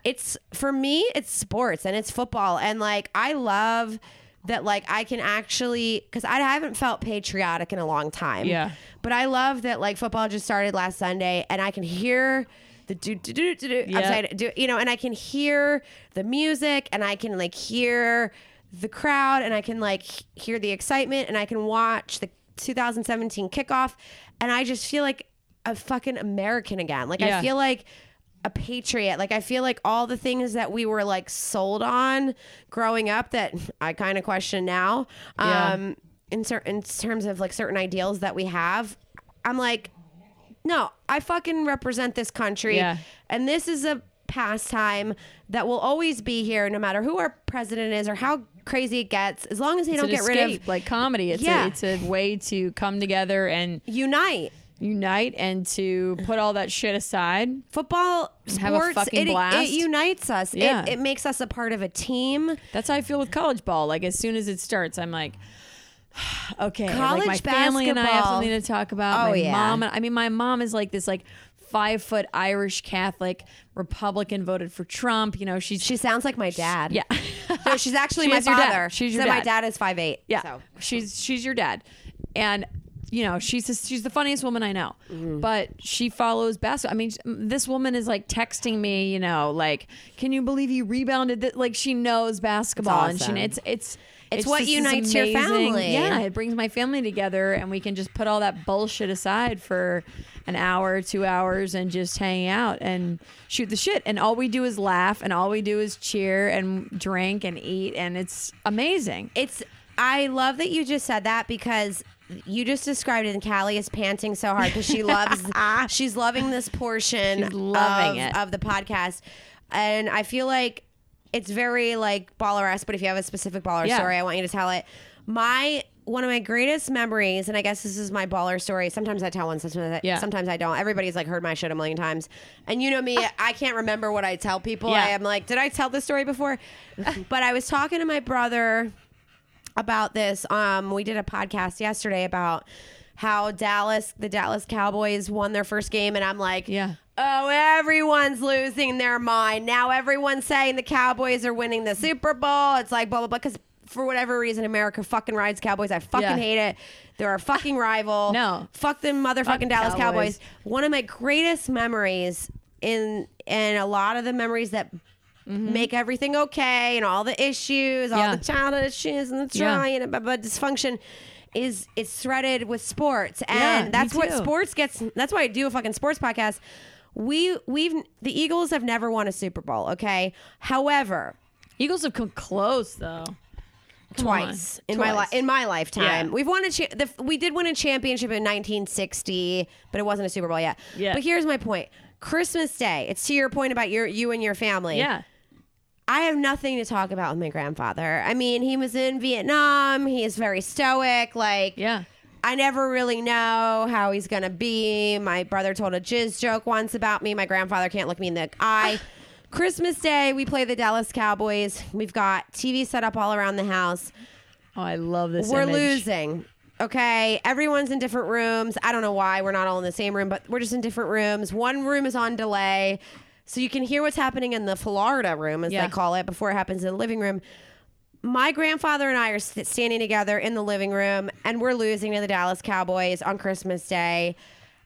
B: It's for me, it's sports and it's football. And like, I love that, like, I can actually, because I haven't felt patriotic in a long time.
C: Yeah.
B: But I love that, like, football just started last Sunday and I can hear. The do do do do do
C: Yeah.
B: upside do you know, and I can hear the music, and I can like hear the crowd and I can like h- hear the excitement and I can watch the 2017 kickoff and I just feel like a fucking American again. Like I
C: Yeah.
B: feel like a patriot. Like I feel like all the things that we were like sold on growing up that I kind of question now.
C: Yeah.
B: Um in certain in terms of like certain ideals that we have, I'm like no, I fucking represent this country.
C: Yeah.
B: And this is a pastime that will always be here no matter who our president is or how crazy it gets. As long as they
C: It's
B: don't
C: an
B: get rid
C: escape,
B: of
C: like comedy. It's
B: Yeah.
C: a, it's a way to come together and
B: unite
C: unite and to put all that shit aside.
B: football sports
C: Have a fucking
B: it,
C: blast.
B: it unites us.
C: Yeah.
B: It it makes us a part of a team.
C: That's how I feel with college ball. Like as soon as it starts, I'm like, okay, like,
B: College
C: my family and I have
B: basketball.
C: something to talk about.
B: Oh,
C: my
B: yeah.
C: mom. And, I mean, my mom is like this, like five foot Irish Catholic Republican, voted for Trump. You know, she's
B: She sounds like my dad.
C: yeah.
B: No, she's actually
C: She
B: my
C: is your dad.
B: father.
C: She's your
B: so my
C: dad.
B: dad is 5'8.
C: Yeah,
B: So.
C: she's she's your dad, and you know she's just, she's the funniest woman I know.
B: Mm-hmm.
C: But she follows basketball. I mean, this woman is like texting me, you know, like, can you believe you rebounded? That like she knows basketball,
B: awesome.
C: and she, it's it's.
B: It's what
C: just this
B: unites your
C: amazing-
B: family.
C: Yeah, it brings my family together, and we can just put all that bullshit aside for an hour, two hours, and just hang out and shoot the shit. And all we do is laugh, and all we do is cheer and drink and eat, and it's amazing.
B: It's I love that you just said that because you just described it and Callie is panting so hard because she loves she's loving this portion
C: She's loving
B: of,
C: it.
B: of the podcast. And I feel like it's very like baller esque, but if you have a specific baller
C: Yeah.
B: story, I want you to tell it. My one of my greatest memories, and I guess this is my baller story. Sometimes I tell one, sometimes I,
C: Yeah.
B: sometimes I don't. Everybody's like heard my shit a million times, and you know me, I can't remember what I tell people.
C: Ah. Yeah.
B: I am like, did I tell this story before? but I was talking to my brother about this. Um, we did a podcast yesterday about how Dallas, the Dallas Cowboys, won their first game, and I'm like,
C: Yeah.
B: Oh, everyone's losing their mind now. Everyone's saying the Cowboys are winning the Super Bowl. It's like blah blah blah. Because for whatever reason, America fucking rides Cowboys. I fucking
C: Yeah.
B: hate it. They're our fucking rival.
C: No.
B: fuck them, motherfucking Dallas Cowboys.
C: Cowboys.
B: One of my greatest memories in and a lot of the memories that make everything okay and all the issues, all
C: Mm-hmm. Yeah.
B: the childhood issues and the
C: Yeah.
B: trying and blah, blah, dysfunction is it's threaded with sports
C: Yeah,
B: and
C: me
B: that's what
C: too.
B: sports gets that's why I do a fucking sports podcast. We we've the Eagles have never won a Super Bowl, okay? However,
C: Eagles have come close though. Come on.
B: twice in my li-
C: Twice.
B: in my lifetime.
C: Yeah.
B: We've won a cha- the, we did win a championship in 1960, but it wasn't a Super Bowl yet.
C: Yeah.
B: But here's my point. Christmas Day. It's to your point about your you and your family.
C: Yeah.
B: I have nothing to talk about with my grandfather. I mean, he was in Vietnam. He is very stoic. Like,
C: Yeah.
B: I never really know how he's gonna be. My brother told a jizz joke once about me. My grandfather can't look me in the eye. Christmas Day, we play the Dallas Cowboys. We've got TV set up all around the house.
C: Oh, I love this.
B: We're
C: image.
B: losing. Okay, everyone's in different rooms. I don't know why we're not all in the same room, but we're just in different rooms. One room is on delay, so you can hear what's happening in the Florida room, as
C: Yeah.
B: they call it, before it happens in the living room. My grandfather and I are st- standing together in the living room, and we're losing to the Dallas Cowboys on Christmas Day.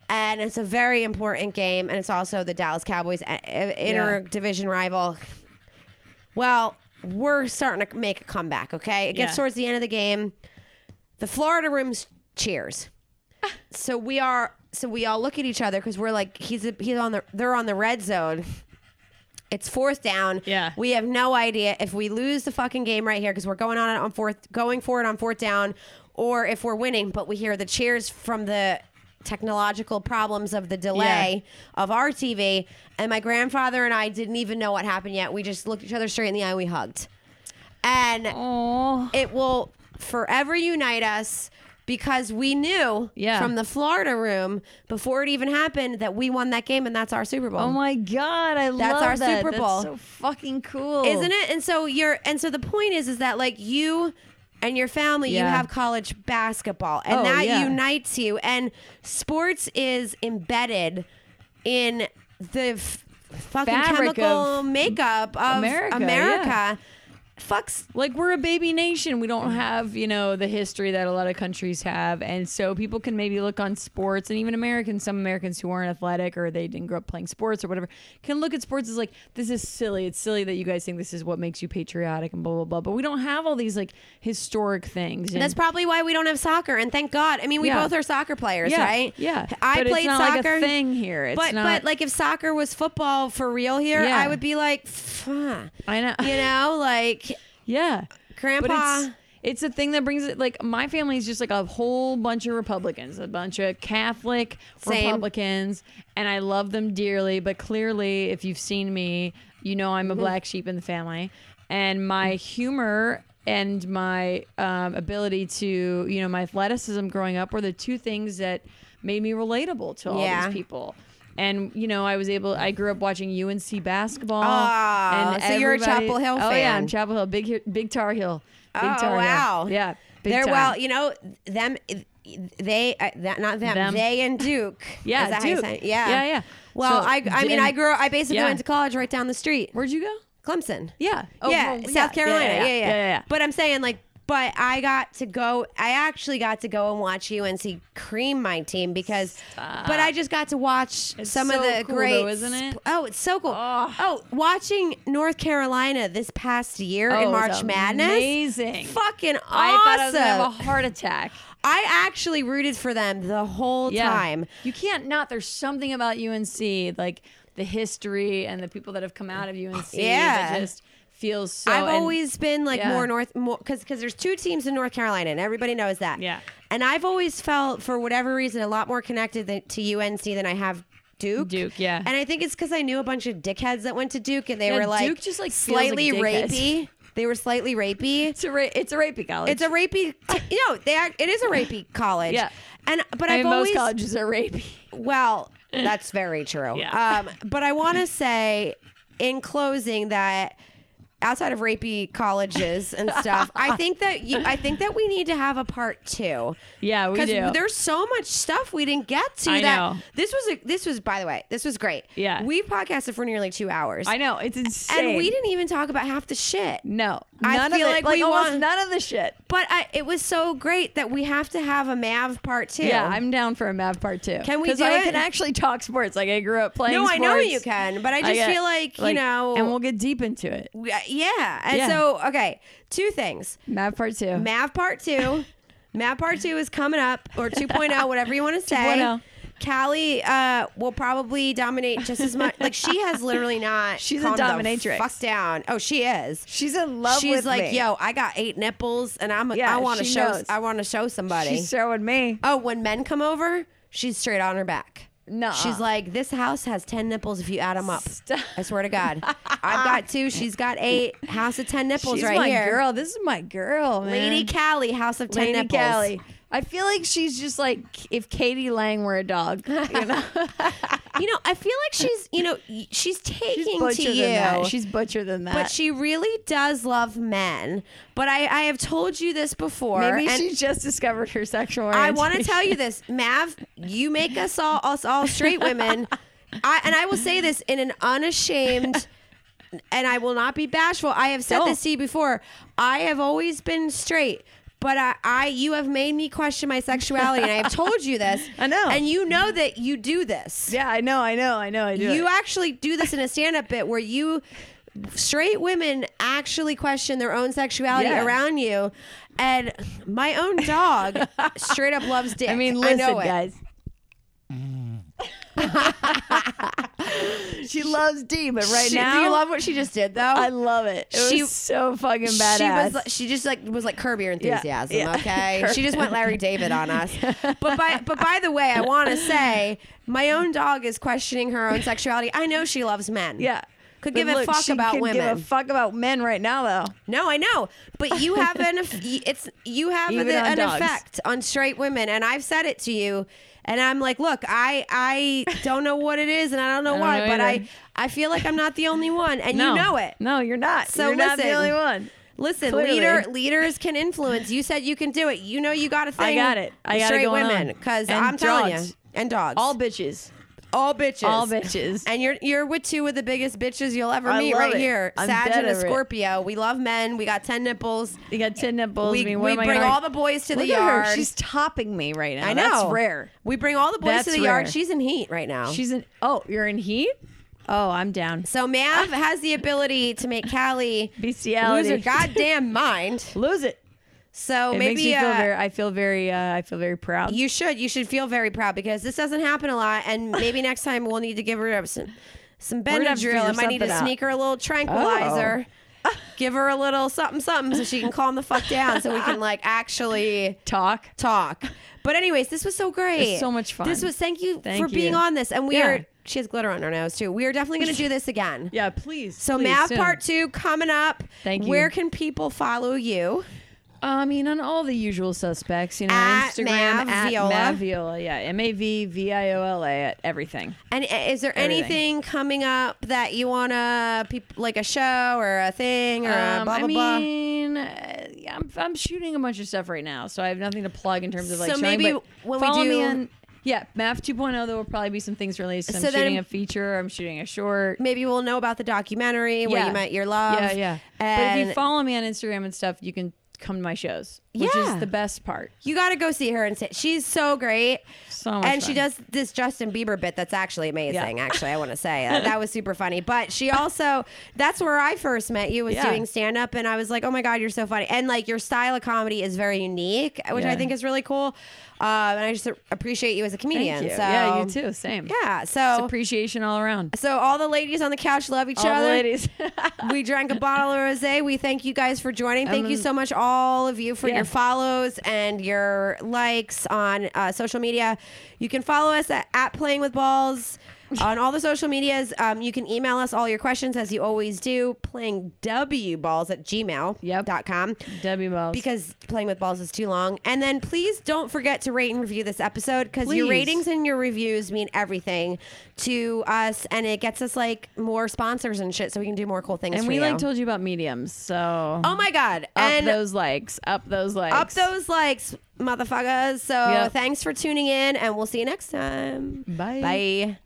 B: And it's a very important game, and it's also the Dallas Cowboys' uh, uh, inter-division rival. Well, we're starting to make a comeback, okay? It gets
C: Yeah.
B: towards the end of the game. The Florida rooms cheers. So we are so we all look at each other cuz we're like he's a, he's on the they're on the red zone. It's fourth down.
C: Yeah.
B: We have no idea if we lose the fucking game right here cuz we're going on it on fourth going for it on fourth down or if we're winning, but we hear the cheers from the technological problems of the delay of our TV and my grandfather and I didn't even know what happened yet. We just looked each other straight in the eye and we hugged. And
C: Oh.
B: it will forever unite us because we knew
C: Yeah.
B: from the Florida room before it even happened that we won that game and that's our Super Bowl.
C: Oh my God! I
B: That's
C: love
B: our
C: that.
B: Super
C: That's
B: Bowl.
C: so fucking cool,
B: Isn't it? And so you're and so the point is is that like you and your family, you
C: Yeah.
B: have college basketball and
C: Oh,
B: that
C: yeah.
B: unites you and sports is embedded in the f- fucking
C: Fabric
B: chemical
C: of
B: makeup of America.
C: America, yeah.
B: fucks
C: Like we're a baby nation. We don't have, you know, the history that a lot of countries have. And so people can maybe look on sports and even Americans, some Americans who aren't athletic or they didn't grow up playing sports or whatever, can look at sports as like, this is silly. It's silly that you guys think this is what makes you patriotic and blah blah blah. But we don't have all these like historic things. And
B: That's probably why we don't have soccer, and thank God. I mean, we
C: Yeah.
B: both are soccer players,
C: yeah,
B: right?
C: Yeah.
B: I
C: But it's
B: played
C: not like
B: soccer.
C: a thing here. It's
B: but
C: not,
B: but like if soccer was football for real here,
C: Yeah.
B: I would be like, "Fuh."
C: I know.
B: you know, like
C: Yeah.
B: Grandpa.
C: But it's, it's a thing that brings it like my family is just like a whole bunch of Republicans, a bunch of Catholic
B: Same.
C: Republicans, and I love them dearly. But clearly, if you've seen me, you know
B: Mm-hmm.
C: I'm a black sheep in the family, and my
B: Mm.
C: humor and my um, ability to, you know, my athleticism growing up were the two things that made me relatable to all
B: Yeah.
C: these people. And you know, I was able. I grew up watching UNC basketball.
B: Oh,
C: and
B: so you're a
C: everybody-
B: Chapel Hill
C: Oh yeah,
B: fan.
C: I'm Chapel Hill, big big Tar Heel. Big
B: oh
C: Tar Heel.
B: wow,
C: yeah. Big
B: They're
C: time.
B: well, you know them. They uh, that not them,
C: Them.
B: They and Duke.
C: Yeah,
B: Is that how you
C: Duke.
B: say it? Yeah.
C: Yeah, yeah.
B: Well,
C: So-
B: I I mean,
C: and-
B: I grew. I basically
C: yeah.
B: went to college right down the street,
C: Where'd you go?
B: Clemson.
C: Yeah. Oh,
B: yeah,
C: well,
B: South
C: yeah,
B: Carolina. Yeah yeah yeah.
C: yeah, yeah.
B: But I'm saying like, but I got to go. I actually got to go and watch UNC cream my team because. But I just got to watch some of
C: so
B: the
C: cool,
B: great.
C: though, isn't it?
B: sp- oh, it's so cool.
C: Oh.
B: Oh, watching North Carolina this past year
C: Oh, it
B: in March
C: was
B: Madness.
C: amazing.
B: Fucking awesome.
C: I thought I was
B: I,
C: gonna have a heart attack.
B: actually rooted for them the whole
C: Yeah.
B: time.
C: You can't not. There's something about UNC, like the history and the people that have come out of UNC.
B: Yeah.
C: That just feels so.
B: I've
C: and-
B: always been like
C: yeah.
B: more North, more because because there's two teams in North Carolina, and everybody knows that.
C: Yeah.
B: And I've always felt, for whatever reason, a lot more connected than, to UNC than I have Duke.
C: Duke, yeah.
B: And I think it's because I knew a bunch of dickheads that went to Duke, and they
C: Yeah,
B: were like
C: Duke just, like, feels like
B: slightly
C: dickheads.
B: rapey. They were slightly rapey.
C: It's a ra- it's a rapey college.
B: It's a rapey. T- no, they are, it is a rapey college.
C: Yeah.
B: And but
C: I
B: I've
C: mean,
B: always
C: most colleges are rapey.
B: well, that's very true.
C: Yeah.
B: Um, but I want to say in closing that outside of rapey colleges and stuff, I think that you, I think that we need to have a part two.
C: Yeah, we do.
B: Because there's so much stuff we didn't get to
C: I
B: that
C: know.
B: this was a, this was by the way this was great.
C: Yeah.
B: we podcasted for nearly two hours.
C: I know it's insane.
B: and we didn't even talk about half the shit.
C: No,
B: I
C: none
B: feel
C: of it,
B: like
C: like
B: we
C: almost
B: want-
C: none of the shit.
B: But I, it was so great that we have to have a Mav part two.
C: Yeah, I'm down for a Mav part two.
B: Can we
C: 'Cause
B: do
C: I
B: it?
C: can actually talk sports. Like I grew up playing.
B: No, I know
C: sports.
B: you can, but I just
C: get-
B: feel like, you know-
C: and we'll get deep into it.
B: We- uh, yeah. And
C: Yeah.
B: so okay, two things.
C: Mav part two.
B: Mav Part Two. Mav Part Two is coming up, or 2.0, whatever you want to say.
C: 2.0.
B: Callie uh, will probably dominate just as much. Like she has literally not.
C: She's a
B: calmed the
C: dominatrix.
B: fuck down. Oh, she is.
C: She's in love
B: She's
C: with
B: like,
C: me.
B: yo, I got eight nipples, and I'm.
C: Yeah,
B: I want to
C: she
B: show.
C: knows.
B: I want to show somebody.
C: She's showing me.
B: oh, when men come over, she's straight on her back.
C: Nuh-uh.
B: she's like, this house has ten nipples if you add them up.
C: Stop.
B: I swear to God, I've got two. She's got eight. House of ten nipples
C: She's
B: right
C: my
B: here.
C: girl. This is my girl, man.
B: Lady Callie, House of Ten
C: Lady
B: Nipples.
C: Callie. I feel like she's just like if Katie Lang were a dog. You know?
B: You know, I feel like she's, you know, y- she's taking
C: butcher
B: to
C: than
B: you.
C: that. She's butcher than that.
B: but she really does love men. But I, I have told you this before.
C: Maybe
B: and
C: she just discovered her sexual
B: I
C: orientation.
B: want to tell you this, Mav. You make us all us all straight women. I, and I will say this in an unashamed, and I will not be bashful. I have said
C: Don't.
B: this to you before. I have always been straight, but I, I you have made me question my sexuality, and I have told you this.
C: I know.
B: and you know that you do this.
C: Yeah, I know, I know, I know, I do.
B: you
C: it.
B: actually do this in a stand-up bit where you straight women actually question their own sexuality
C: Yeah.
B: around you and my own dog straight up loves dick
C: I mean, listen,
B: know it.
C: guys. she loves D, but right
B: She-
C: now
B: do you love what she just did though
C: I love it. It
B: She-
C: was so fucking badass.
B: She was like, she just like was like curb your enthusiasm,
C: yeah.
B: okay? She just went Larry David on us. But by but by the way, I want to say my own dog is questioning her own sexuality. I know she loves men.
C: yeah.
B: Could
C: But
B: give a
C: look,
B: fuck
C: she
B: about
C: could Give
B: women.
C: a fuck about men right now, though.
B: No, I know, but you have an eff- y- it's you have
C: Even
B: the-
C: on
B: an
C: dogs.
B: effect on straight women, and I've said it to you, and I'm like, look, I I don't know what it is, and I don't know
C: don't
B: why,
C: know
B: but
C: either.
B: I I feel like I'm not the only one, and you know it.
C: No, you're not.
B: So
C: you're not the
B: listen.
C: only one.
B: Listen,
C: Clearly.
B: leader leaders can influence. You said you can do it. You know you got a thing.
C: I got it. I got it
B: straight
C: going
B: women,
C: on.
B: because
C: And
B: I'm telling
C: dogs.
B: you, and dogs,
C: All bitches.
B: all bitches.
C: All bitches.
B: And you're you're with two of the biggest bitches you'll ever
C: I
B: meet
C: love
B: right
C: it.
B: here.
C: I'm
B: Sag
C: dead
B: and a
C: over it.
B: Scorpio. We love men. We got ten nipples.
C: You got ten nipples.
B: We,
C: I mean, what
B: we
C: am I
B: bring
C: gonna-
B: all the boys to the
C: Look at her.
B: yard.
C: She's topping me right now.
B: I know.
C: That's rare.
B: We bring all the boys
C: That's
B: to the yard.
C: rare.
B: She's in heat right now.
C: She's in. Oh, you're in heat. Oh, I'm down.
B: so Mav has the ability to make Callie lose
C: Bestiality.
B: her goddamn mind.
C: Lose it.
B: So
C: It
B: maybe
C: makes me feel
B: uh,
C: very. I feel very. Uh, I feel very proud.
B: You should. You should feel very proud because this doesn't happen a lot. And maybe next time we'll need to give her some some
C: gonna have to
B: Benadryl. I
C: figure
B: might need to
C: something out. Oh.
B: sneak her a little tranquilizer. Give her a little something, something, so she can calm the fuck down, so we can like actually
C: Talk.
B: talk. But anyways, this was so great.
C: It's so much fun.
B: This was. Thank you
C: Thank
B: for being
C: you.
B: on this. And we
C: Yeah.
B: are. She has glitter on her nose too. We are definitely going to do this again.
C: Yeah, please.
B: So
C: please,
B: math
C: soon.
B: part two coming up.
C: Thank you.
B: Where can people follow you?
C: I mean, on all the usual suspects, you know,
B: At
C: Instagram
B: Mav
C: at
B: Viola.
C: Mav Viola, yeah, M A V V I O L A at everything.
B: And i- is there
C: Everything.
B: anything coming up that you want to, peop- like a show or a thing or a
C: Um,
B: Uh, blah,
C: I
B: blah, blah?
C: mean, uh, yeah, I'm, I'm shooting a bunch of stuff right now, so I have nothing to plug in terms of like.
B: So
C: showing,
B: maybe
C: but
B: when we
C: follow
B: do-
C: me on, yeah, Mav 2.0. There will probably be some things released. I'm
B: So then-
C: shooting a feature. I'm shooting a short.
B: Maybe we'll know about the documentary where
C: Yeah.
B: you met your love.
C: Yeah, yeah. but if
B: And
C: you follow me on Instagram and stuff, you can come to my shows, which
B: Yeah.
C: is the best part.
B: you got to go see her and say, she's so great.
C: So much
B: and she
C: fun.
B: does this Justin Bieber bit that's actually amazing.
C: Oh, Yeah.
B: Actually, I want to say Uh, that, that was super funny. But she also, that's where I first met you was
C: Yeah.
B: doing stand up, and I was like, oh my god, you're so funny, and like your style of comedy is very unique, which I
C: Yeah.
B: think is really cool. Uh, and I just appreciate you as a
C: Thank
B: comedian.
C: you.
B: So
C: yeah, you too. Same.
B: Yeah,
C: It's
B: so
C: appreciation all around.
B: so all the ladies on the couch love each
C: All the
B: other.
C: ladies.
B: we drank a bottle of rosé. We thank you guys for joining. Thank you so much, all of you, for
C: Um, Yeah.
B: your follows and your likes on uh, social media. You can follow us at, at Playing with Balls on all the social medias. Um, you can email us all your questions as you always do. Playing W balls at gmail.com.
C: Yep. W balls.
B: Because playing with balls is too long. And then please don't forget to rate and review this episode because your
C: Please.
B: ratings and your reviews mean everything to us and it gets us like more sponsors and shit so we can do more cool things.
C: and
B: for
C: we
B: you.
C: like told you about mediums, so
B: Oh my God.
C: up
B: and
C: those likes, up those likes,
B: up those likes, motherfuckers. So
C: Yep.
B: thanks for tuning in and we'll see you next time.
C: Bye.
B: Bye.